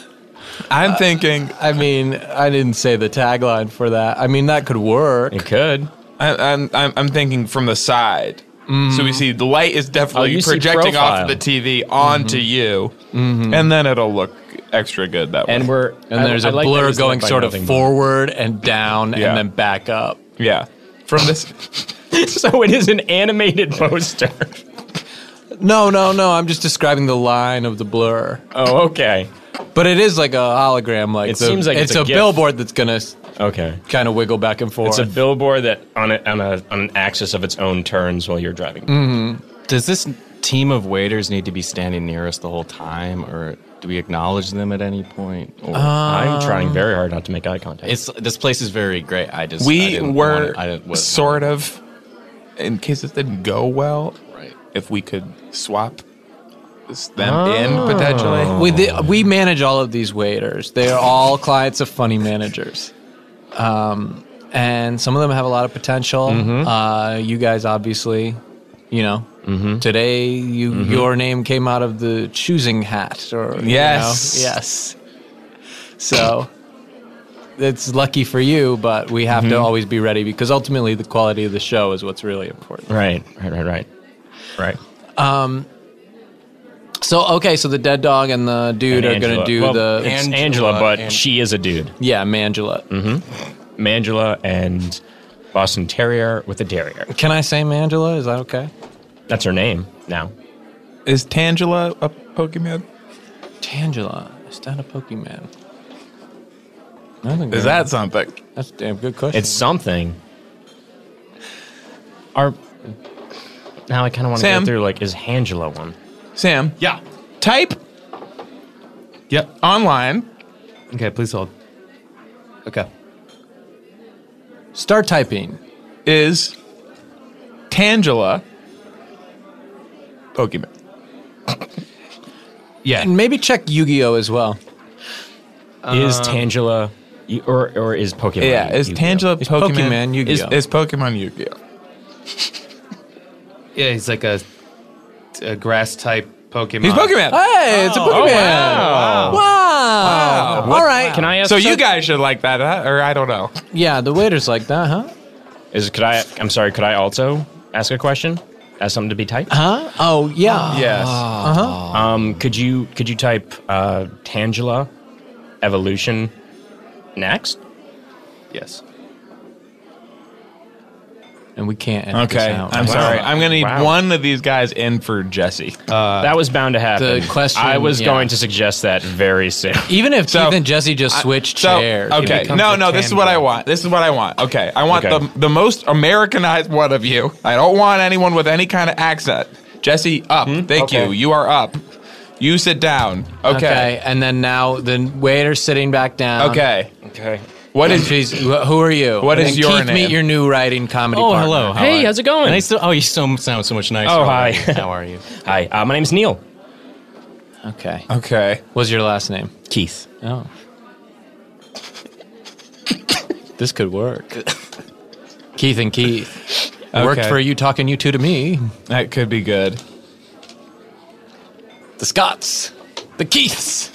I'm thinking.
I mean, I didn't say the tagline for that. I mean, that could work.
It could.
I, I'm, I'm I'm thinking from the side. So we see the light is
Oh,
definitely
you see
projecting off
profile.
of the TV onto you, and then it'll look extra good that way.
And we're
And
I-
there's
I
a
like that
blur
it's lit
going
by
sort of
nothing.
forward and down
Yeah.
and then back up.
yeah, from this.
so it is an animated poster.
No, no, no. I'm just describing the line of the blur.
oh, okay.
But it is like a hologram. Like
It
the-
seems like
it's,
it's
a,
a GIF.
billboard that's gonna s-
Okay.
kind of wiggle back and forth.
It's a billboard that on a, on a on an axis of its own turns while you're driving.
Does this team of waiters need to be standing near us the whole time, or do we acknowledge them at any point? Or
I'm trying very hard not to make eye contact.
it's this place is very great. I just I
We
didn't
were
wanna- I didn't, was,
sort of, in case this didn't go well,
Right.
if we could swap this- them in potentially.
we, the, we manage all of these waiters. They are all clients of funny managers. Um, and some of them have a lot of potential.
Mm-hmm.
Uh, you guys, obviously, you know,
Mm-hmm.
today you your name came out of the choosing hat. Or you know,
Yes.
yes. So it's lucky for you, but we have to
Mm-hmm.
always be ready because ultimately the quality of the show is what's really important.
right, right, right, right.
right.
So okay, so the dead dog and the dude
And
are going to
Angela.
do
Well,
the
It's
Angela
Angela, but
and-
she is a dude.
yeah, Mangela.
Mangela and Boston Terrier with a derrier.
Can I say Mangela? Is that okay?
That's her name now.
Is Tangela a Pokemon?
Tangela, is that a Pokemon? I think
Is that something?
that's a damn good question.
It's something. Our now I kind of want to go
Sam.
through like is Hangela one?
Sam,
Yeah.
type
Yep.
online.
Okay, please hold. Okay.
start typing.
is Tangela Pokemon.
And maybe check Yu-Gi-Oh as well.
is
Uh,
Tangela you- or or is Pokemon?
yeah, is
Yu-Gi-Oh?
Tangela
It's
Pokemon,
Pokemon Yu-Gi-Oh.
Is, is Pokemon Yu-Gi-Oh.
Yeah, he's like a, a grass type Pokemon.
He's Pokemon.
Hey,
Oh,
it's a Pokemon. wow. All right.
Can I ask?
So you
some-
guys should like that, huh? or I don't know.
Yeah, the waiter's like that, huh?
is could I? I'm sorry. Could I also ask a question? Ask something to be typed.
Huh? Oh, yeah.
Yes.
Um, could you could you type uh, Tangela evolution next?
Yes.
And we can't edit this
Okay,
out.
I'm
Wow.
sorry. I'm gonna need
Wow.
one of these guys in for Jesse.
that was bound to happen.
Uh, the question,
I was
yeah.
going to suggest that very soon.
Even if
So-
Keith and Jesse just switched
so
chairs.
okay,
becomes
no,
a
no. This is what I
Tangela.
want. This is what I want. Okay, I want
Okay.
the the most Americanized one of you. I don't want anyone with any kind of accent. Jesse, up. Thank
Okay.
you. You are up. You sit down.
Okay. And then now the waiter's sitting back down.
Okay.
okay.
What is
She's, wh- who are you?
What
and
is
then
your
Keith,
name?
meet your new writing comedy
Oh,
partner.
hello. How
Hey,
are-
how's it going?
Nice to, oh, you so sound so much nicer.
Oh, hi.
How are you?
Hi, uh, my name's Neil.
Okay.
okay?
What's your last name?
Keith.
Oh. this could work. Keith and Keith. Worked
Okay.
for you talking you two to me.
That could be good.
The Scots. The Keiths.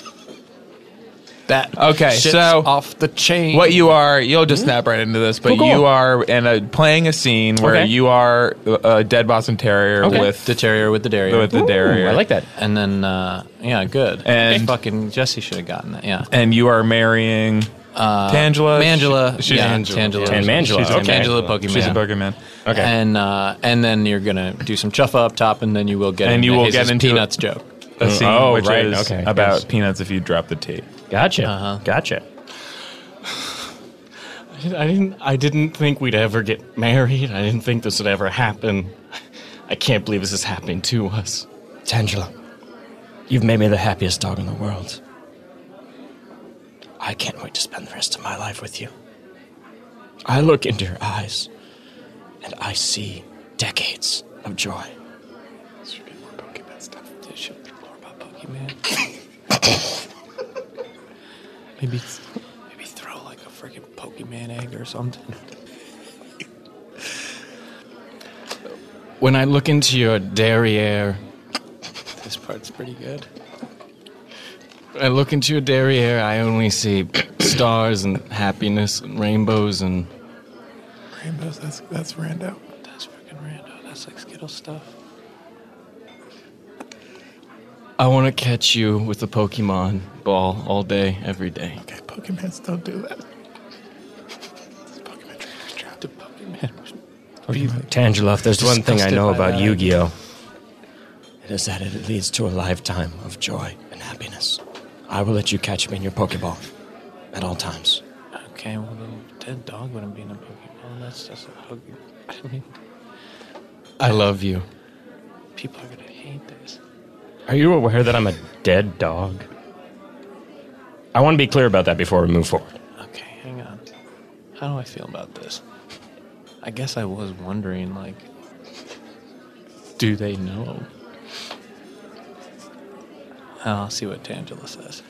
That
Okay,
shit's
so-
off the chain.
What you are, you'll just snap right into this, but
Cool, cool.
you are in a, playing a scene where
Okay.
you are a dead Boston Terrier
Okay.
with
the terrier with the dairy.
with the
Ooh,
Terrier.
I like that.
and then uh, yeah, good.
And-
fucking Jesse should have gotten that. Yeah.
And you are marrying Tangela.
Mangela,
She- she's
yeah,
Angela.
Tangela,
Tan- Mangela,
She's
okay.
Mangela Pokemon.
She's a Pokemon.
Okay.
And uh, and then you're gonna do some chuffa up top, and then you will get
And
into
you will
his
get into-
peanuts joke.
A scene
oh,
which
right,
is
okay.
about
Yes.
peanuts if you drop the T.
Gotcha.
Uh-huh.
Gotcha.
I didn't. I didn't think we'd ever get married. I didn't think this would ever happen. I can't believe this is happening to us.
Tangela, you've made me the happiest dog in the world. I can't wait to spend the rest of my life with you. I look into your eyes, and I see decades of joy.
Maybe maybe throw like a freaking Pokemon egg or something.
When I look into your derriere,
This part's pretty good.
when I look into your derriere. I only see stars and happiness and rainbows and
Rainbows, that's, that's rando.
That's freaking random. That's like Skittle stuff.
I want to catch you with a Pokemon ball all day, every day.
Okay, Pokemons don't do that.
Tangela, if there's one thing I
Disgusted
know
by
about
that.
Yu Gi Oh! It is that it leads to a lifetime of joy and happiness. I will let you catch me in your Pokeball at all times.
Okay, well, the dead dog when I'm being a Pokemon. That's just a Pokemon. I mean,
I love you.
people are gonna hate this.
Are you aware that I'm a dead dog? I want to be clear about that before we move forward.
Okay, hang on. How do I feel about this? I guess I was wondering, like, do they know? I'll see what Tangela says.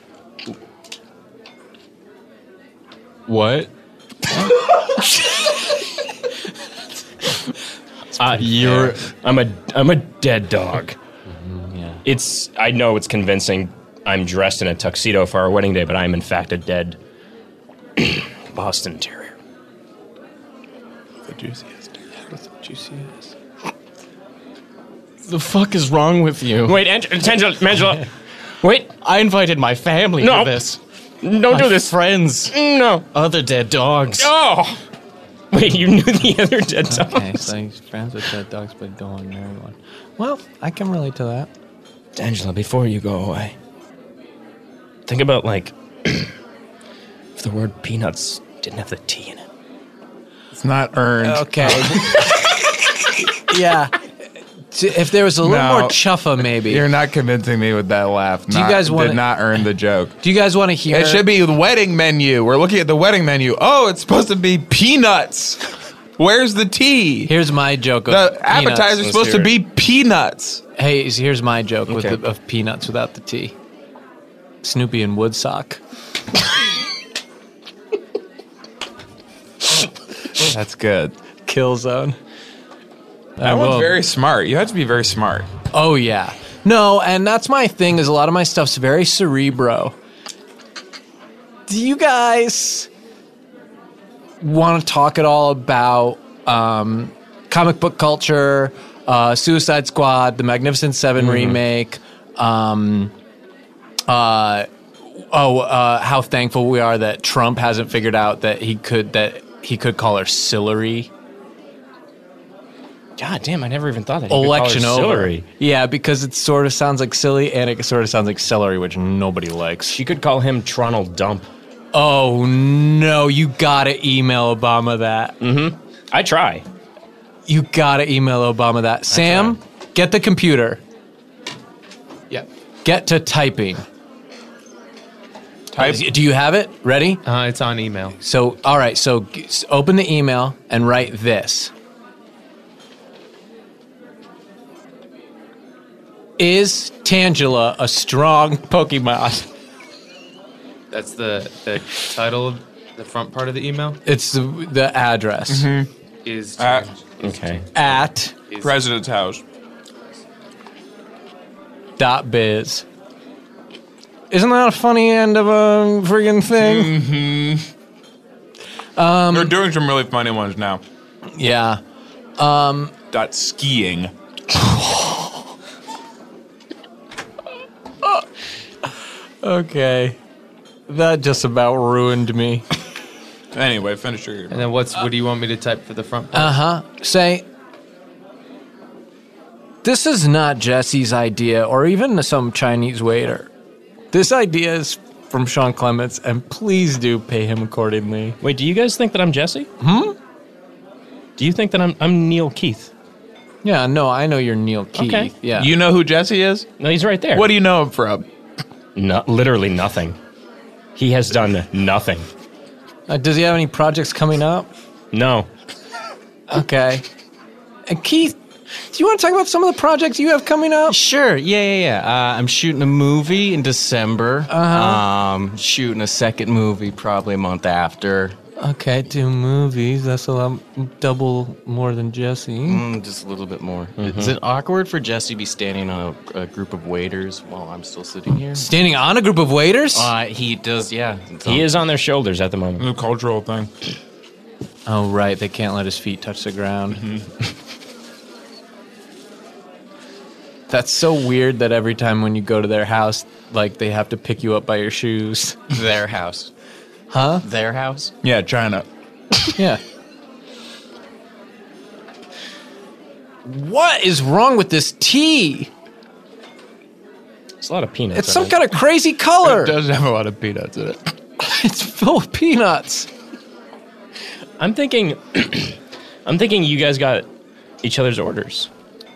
What?
Uh, you're I'm a I'm a dead dog.
Mm-hmm,
It's I know it's convincing. I'm dressed in a tuxedo for our wedding day, but I'm in fact a dead Boston Terrier.
The juiciest. What's the juiciest?
The fuck is wrong with you?
Wait, Ang- Angela, Angela, wait!
I invited my family
No.
to this.
Don't do
My
this. Mm,
Friends,
No.
other dead dogs.
Oh. Wait, you knew the other dead dog.
Okay, so he's friends with dead dogs, but don't want to marry one. Well, I can relate to that.
Angela, before you go away, think about like if the word peanuts didn't have the T in it.
It's not earned.
Okay. yeah. If there was a little
No.
more chuffa, maybe.
You're not convincing me with that laugh. Do
you guys wanna-
did not earn the joke?
Do you guys want to hear?
It should be the wedding menu. We're looking at the wedding menu. Oh, it's supposed to be peanuts. Where's the tea?
Here's my joke. Of
the
peanuts.
appetizer's supposed to be peanuts.
Hey, so here's my joke with
Okay.
the, of peanuts without the T. Snoopy and Woodsock.
That's good.
Kill zone.
That one's very smart. You have to be very smart.
Oh yeah. No, and that's my thing is a lot of my stuff's very cerebro. Do you guys want to talk at all about um, comic book culture, uh, Suicide Squad, The Magnificent 7 remake, um, uh, oh, uh, how thankful we are that Trump hasn't figured out that he could that he could call her Sillery.
God damn, I never even thought that.
election over. Yeah, because it sort of sounds like silly and it sort of sounds like celery, which nobody likes.
She could call him Toronto Dump.
Oh no, you gotta email Obama that.
I try.
You gotta email Obama that. Sam, get the computer.
Yep.
Get to typing.
Type.
Do you have it? Ready?
Uh, it's on email.
So, all right, so g- s- open the email and write this. Is Tangela a strong Pokemon?
That's the the title, of the front part of the email
It's the, the address.
is
Uh,
Okay.
at
President's house.
dot biz. Isn't that a funny end of a friggin' thing?
They're doing some really funny ones now.
Yeah.
Dot skiing.
Okay. That just about ruined me.
Anyway, finish your.
And then what's what do you want me to type for the front part?
Uh huh. Say, this is not Jesse's idea or even some Chinese waiter. This idea is from Sean Clements, and please do pay him accordingly.
Wait, do you guys think that I'm Jesse? Hmm? Do you think that I'm I'm Neil Keith?
Yeah, no, I know you're Neil Keith.
Okay.
Yeah.
You know who Jesse is?
No, he's right there.
What do you know him from?
No, literally nothing. He has done nothing.
Uh, does he have any projects coming up?
No.
Okay. And Keith, do you want to talk about some of the projects you have coming up?
Sure. Yeah, yeah, yeah. Uh, I'm shooting a movie in December. Um, shooting a second movie probably a month after.
Okay, two movies. That's a lot, double more than Jesse.
Mm, just a little bit more. Is it awkward for Jesse to be standing on a, a group of waiters while I'm still sitting here?
Standing on a group of waiters?
Uh, he does, yeah. It's
He
on-
is on their shoulders at the moment.
The cultural thing.
oh, right. They can't let his feet touch the ground.
Mm-hmm.
That's so weird that every time when you go to their house, like they have to pick you up by your shoes.
Their house. Huh? Their house?
Yeah, China.
Yeah. What is wrong with this tea?
It's a lot of peanuts.
It's
I
some
think.
kind of crazy color.
Doesn't have a lot of peanuts in it.
It's full of peanuts.
I'm thinking, I'm thinking you guys got each other's orders.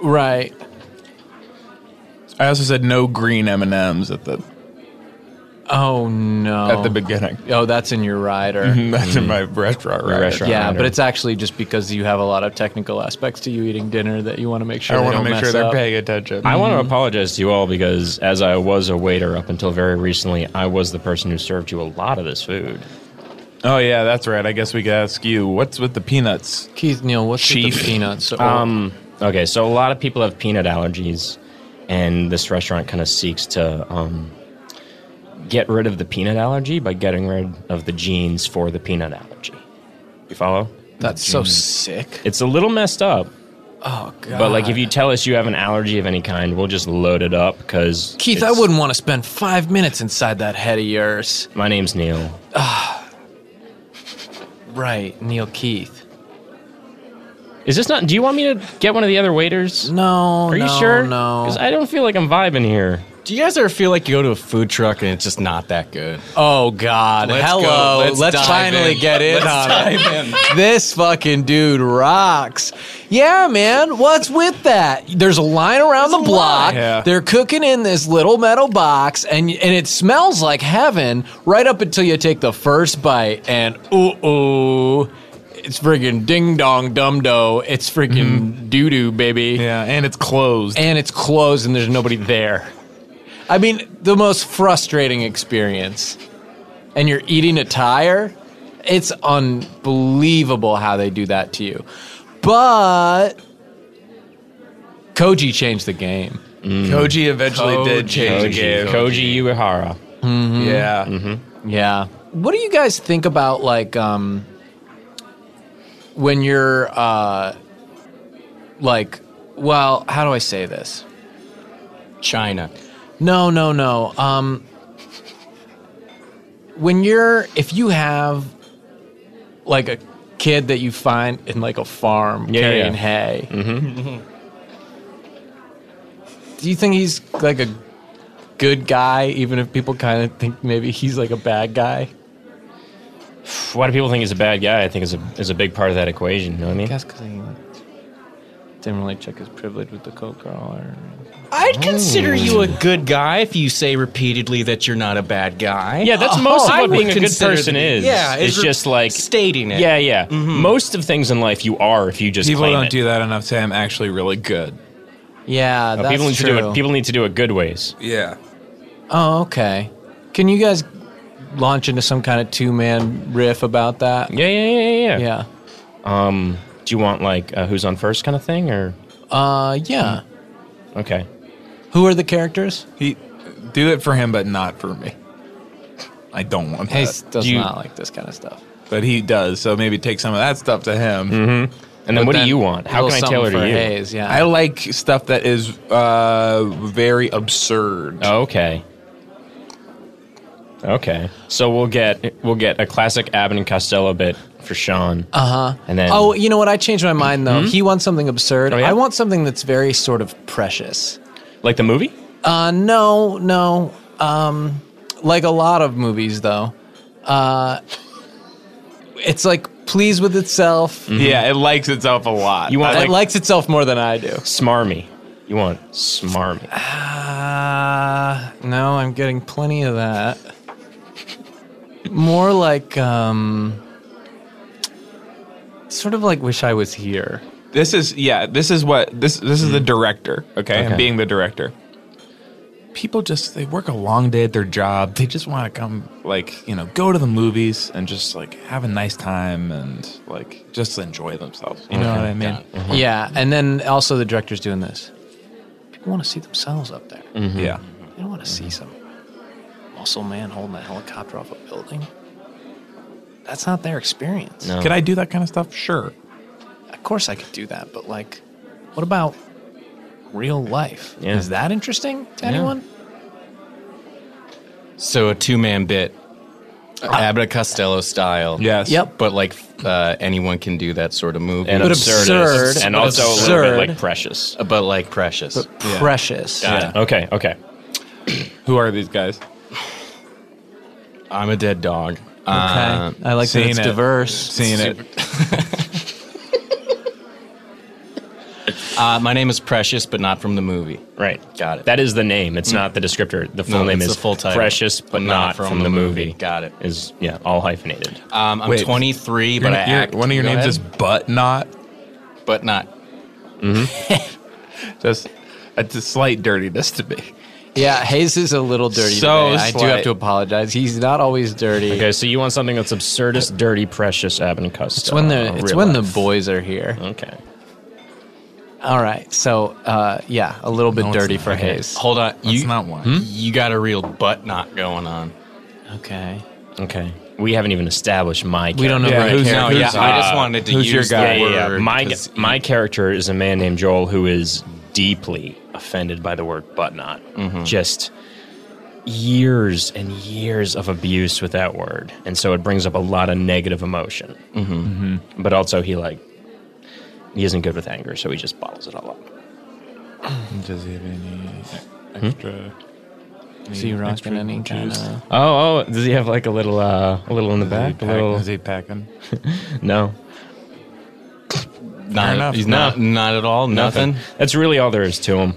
Right.
I also said no green M and M's at the
Oh no.
at the Mm-hmm. beginning.
Oh, that's in your rider.
That's in my Mm. restaurant, right?
restaurant.
Yeah,
rider.
but it's actually just because you have a lot of technical aspects to you eating dinner that you want to make sure.
I
they
want to
don't
make sure
mess
they're
up.
paying attention.
I want to apologize to you all because as I was a waiter up until very recently, I was the person who served you a lot of this food.
oh yeah, that's right. I guess we could ask you what's with the peanuts.
Keith Neal, what's with
Chief.
the peanuts? Oh, Or-
Um, okay, so a lot of people have peanut allergies, and this restaurant kind of seeks to um, get rid of the peanut allergy by getting rid of the genes for the peanut allergy. You follow?
that's so sick.
It's a little messed up. Oh god! But like, if you tell us you have an allergy of any kind, we'll just load it up because
Keith, I wouldn't want to spend five minutes inside that head of yours.
My name's Neil.
Right, Neil Keith.
Is this not? Do you want me to get one of the other waiters?
No,
Are you
no,
sure?
No.
Because I don't feel like I'm vibing here.
Do you guys ever feel like you go to a food truck and it's just not that good?
oh God!
Let's
Hello.
go.
Let's,
Let's dive
finally
in.
get in on it. This fucking dude rocks. Yeah, man. What's with that? There's a line around the block.
Yeah.
They're cooking in this little metal box, and and it smells like heaven right up until you take the first bite, and ooh ooh. It's friggin' ding dong dum do. It's friggin' doo doo, baby.
Mm-hmm. Yeah, and it's closed.
and it's closed and there's nobody there. I mean, the most frustrating experience. And you're eating a tire. It's unbelievable how they do that to you. But Koji changed the game.
Koji eventually did change the game.
Koji Uehara.
Yeah.
Yeah. What do you guys think about like um when you're uh like well, how do I say this?
China.
No, no, no. Um, when you're, if you have like a kid that you find in like a farm
Yeah, Mm-hmm. yeah,
carrying
yeah.
hay, do you think he's like a good guy, even if people kind of think maybe he's like a bad guy?
Why do people think he's a bad guy? I think is a is a big part of that equation. You know what I mean?
guess because he like, didn't really check his privilege with the coke girl. Or...
I'd consider you a good guy if you say repeatedly that you're not a bad guy.
Yeah, that's most of
Oh, I
what
would
being a good
consider
person
to be-
is.
Yeah,
it's,
re-
just like
stating it. Mm-hmm.
Yeah, yeah. Most of things in life you are if you just
People
claim
don't
it.
do that enough. Say I'm actually really good.
Yeah,
Uh,
that's
people need
true.
to do it. People need to do it good ways.
Yeah.
Oh, okay. Can you guys launch into some kind of two man riff about that?
Yeah, yeah, yeah, yeah. yeah.
Yeah.
Do you want like uh, who's on first kind of thing or
Uh, yeah.
okay?
Who are the characters?
He do it for him, but not for me. I don't want
He
that,
does
Uh, you-
not like this kind of stuff.
but he does. So maybe take some of that stuff to him.
Mm-hmm. And then what do you want? How can I tailor to you?
Hayes, yeah.
I like stuff that is uh, very
Oh,
absurd.
Okay. Okay. So we'll get we'll get a classic Abbott and Costello bit for Sean. Uh huh. And then Hmm?
oh, you know what? I changed my mind though. He wants something absurd.
Oh, yeah?
I want something that's very sort of precious.
like the movie.
Uh, no, no. Um, like a lot of movies though. Uh, it's like pleased with itself.
Mm-hmm.
Yeah, it likes itself a lot.
You want
It
like,
likes itself more than I do.
smarmy. You want smarmy.
Uh, no, I'm getting plenty of that. More like, um, sort of like wish I was here.
this is yeah. This is what this this is the director. Okay,
Okay.
and being the director. People just they work a long day at their job. They just want to come like you know go to the movies and just like have a nice time and like just enjoy themselves. You know what I mean?
Yeah, and then also the director's doing this. People want to see themselves up there.
Yeah.
They don't want to
Mm-hmm.
see some muscle man holding a helicopter off a building. That's not their experience.
No.
Could I do that kind of stuff? Sure.
Of course I could do that, but like, what about real life?
Yeah.
Is that interesting to anyone?
So a two man bit, Abbott Costello style.
Yes.
Yep.
But like uh, anyone can do that sort of movie.
And
But
absurdist,
absurd,
and
but
also a little
absurd.
bit like precious.
but like precious.
Precious.
Okay. Okay.
Who are these guys?
I'm a dead dog.
Okay. I like that
Seen
it's
it.
diverse.
Seeing it.
Uh, my name is Precious, but not from the movie.
Right.
Got it.
That is the name. It's not the descriptor. The full
No,
name
it's
is
the full title.
Precious, but not, from, the movie.
Got it.
Is yeah, all hyphenated.
Um, I'm
Wait.
23, but I
Your- your-
act.
one of your
Go
names
ahead.
is Butt Knot.
but not.
Mm-hmm. Just it's a slight dirtiness to me.
Yeah, Hayes is a little dirty.
So
today. I do have
slight.
to apologize. He's not always dirty.
okay, so you want something that's absurdist, dirty, precious, ab and custom.
It's when the it's when the boys are here.
Oh.
Okay.
All right, so uh, yeah, a little bit
No, it's
dirty
not.
for
Okay.
Hayes.
Hold on.
That's
you
not one.
you got a real butt knot going on.
Okay.
Okay. We haven't even established my. Character.
We don't know.
Yeah,
right
who's-
here.
No,
who's,
yeah, I just
uh,
wanted to
who's
use
your guy?
the
Yeah,
word.
yeah, yeah. My
'cause
my character is a man named Joel who is deeply offended by the word "but not." Just years and years of abuse with that word, and so it brings up a lot of negative emotion. Mm-hmm. But also, he like he isn't good with anger, so he just bottles it all up.
Does he have any extra?
Is he rocking any kind of?
Oh, oh, does he have like a little uh, a little in the back? A little?
Is he packing?
No,
not,
enough.
He's not not at all. Nothing.
That's really all there is to him.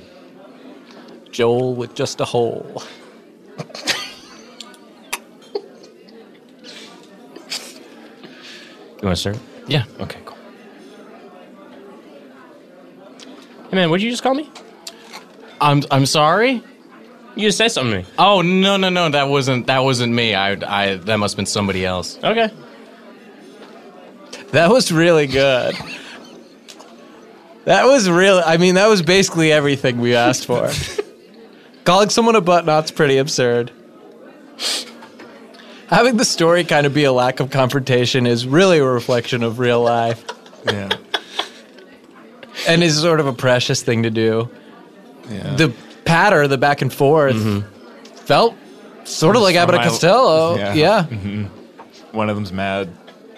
Joel with just a hole.
You want to start?
Yeah.
Okay, cool. Hey man, what did you just call me?
I'm I'm sorry.
You just said something to me.
Oh no no no that wasn't that wasn't me. I I that must have been somebody else.
Okay.
That was really good. That was real. I mean, that was basically everything we asked for. Calling someone a butt knot's pretty absurd. Having the story kind of be a lack of confrontation is really a reflection of real life
Yeah.
and is sort of a precious thing to do.
Yeah.
The patter, the back and forth, felt sort of like Abbott and
Mm-hmm. Somehow-
Costello.
Yeah.
Yeah.
One of them's mad.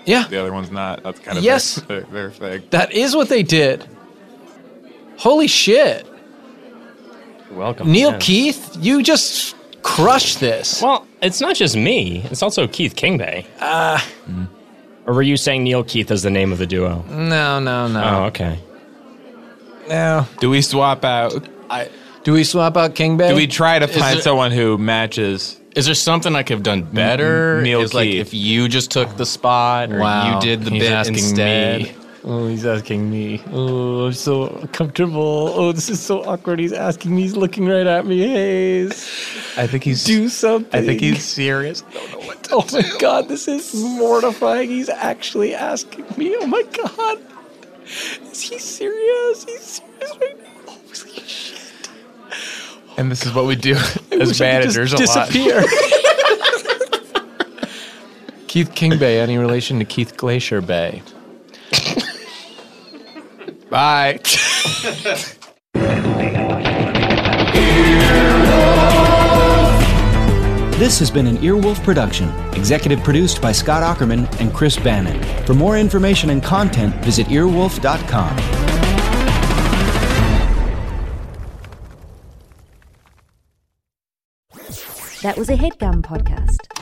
Yeah.
The other one's not. That's kind of
Yes.
their, their, their thing.
That is what they did. Holy shit.
Uh,
You're welcome.
Neil
Yeah.
Keith, you just crushed this.
Well, it's not just me. It's also Keith Kingbay. Ah.
Uh.
Or were you saying Neil Keith is the name of the duo?
No, no,
Oh,
no.
okay.
Oh.
No.
Do we swap out?
Do we swap out King Bay?
Do we try to find
there-
someone who matches?
Is there something I could have done better?
Neil
Is like
Keith.
if you just took the spot or
Wow.
you did the
He's
bit
asking
instead.
me. Oh, he's asking me. Oh, I'm so uncomfortable. Oh, this is so awkward. He's asking me. He's looking right at me. Hayes,
I think he's.
do something.
I think he's serious. Don't know what.
Oh my god, this is mortifying. He's actually asking me. Oh my god. Is he serious? He's serious right now. Oh, holy shit.
And this is what we do
I
as
wish I could
managers
just
a lot.
disappear. Keith King Bay, any relation to Keith Glacier Bay?
Bye.
This has been an Earwolf production, executive produced by Scott Ackerman and Chris Bannon. For more information and content, visit earwolf.com.
That was a headgum podcast.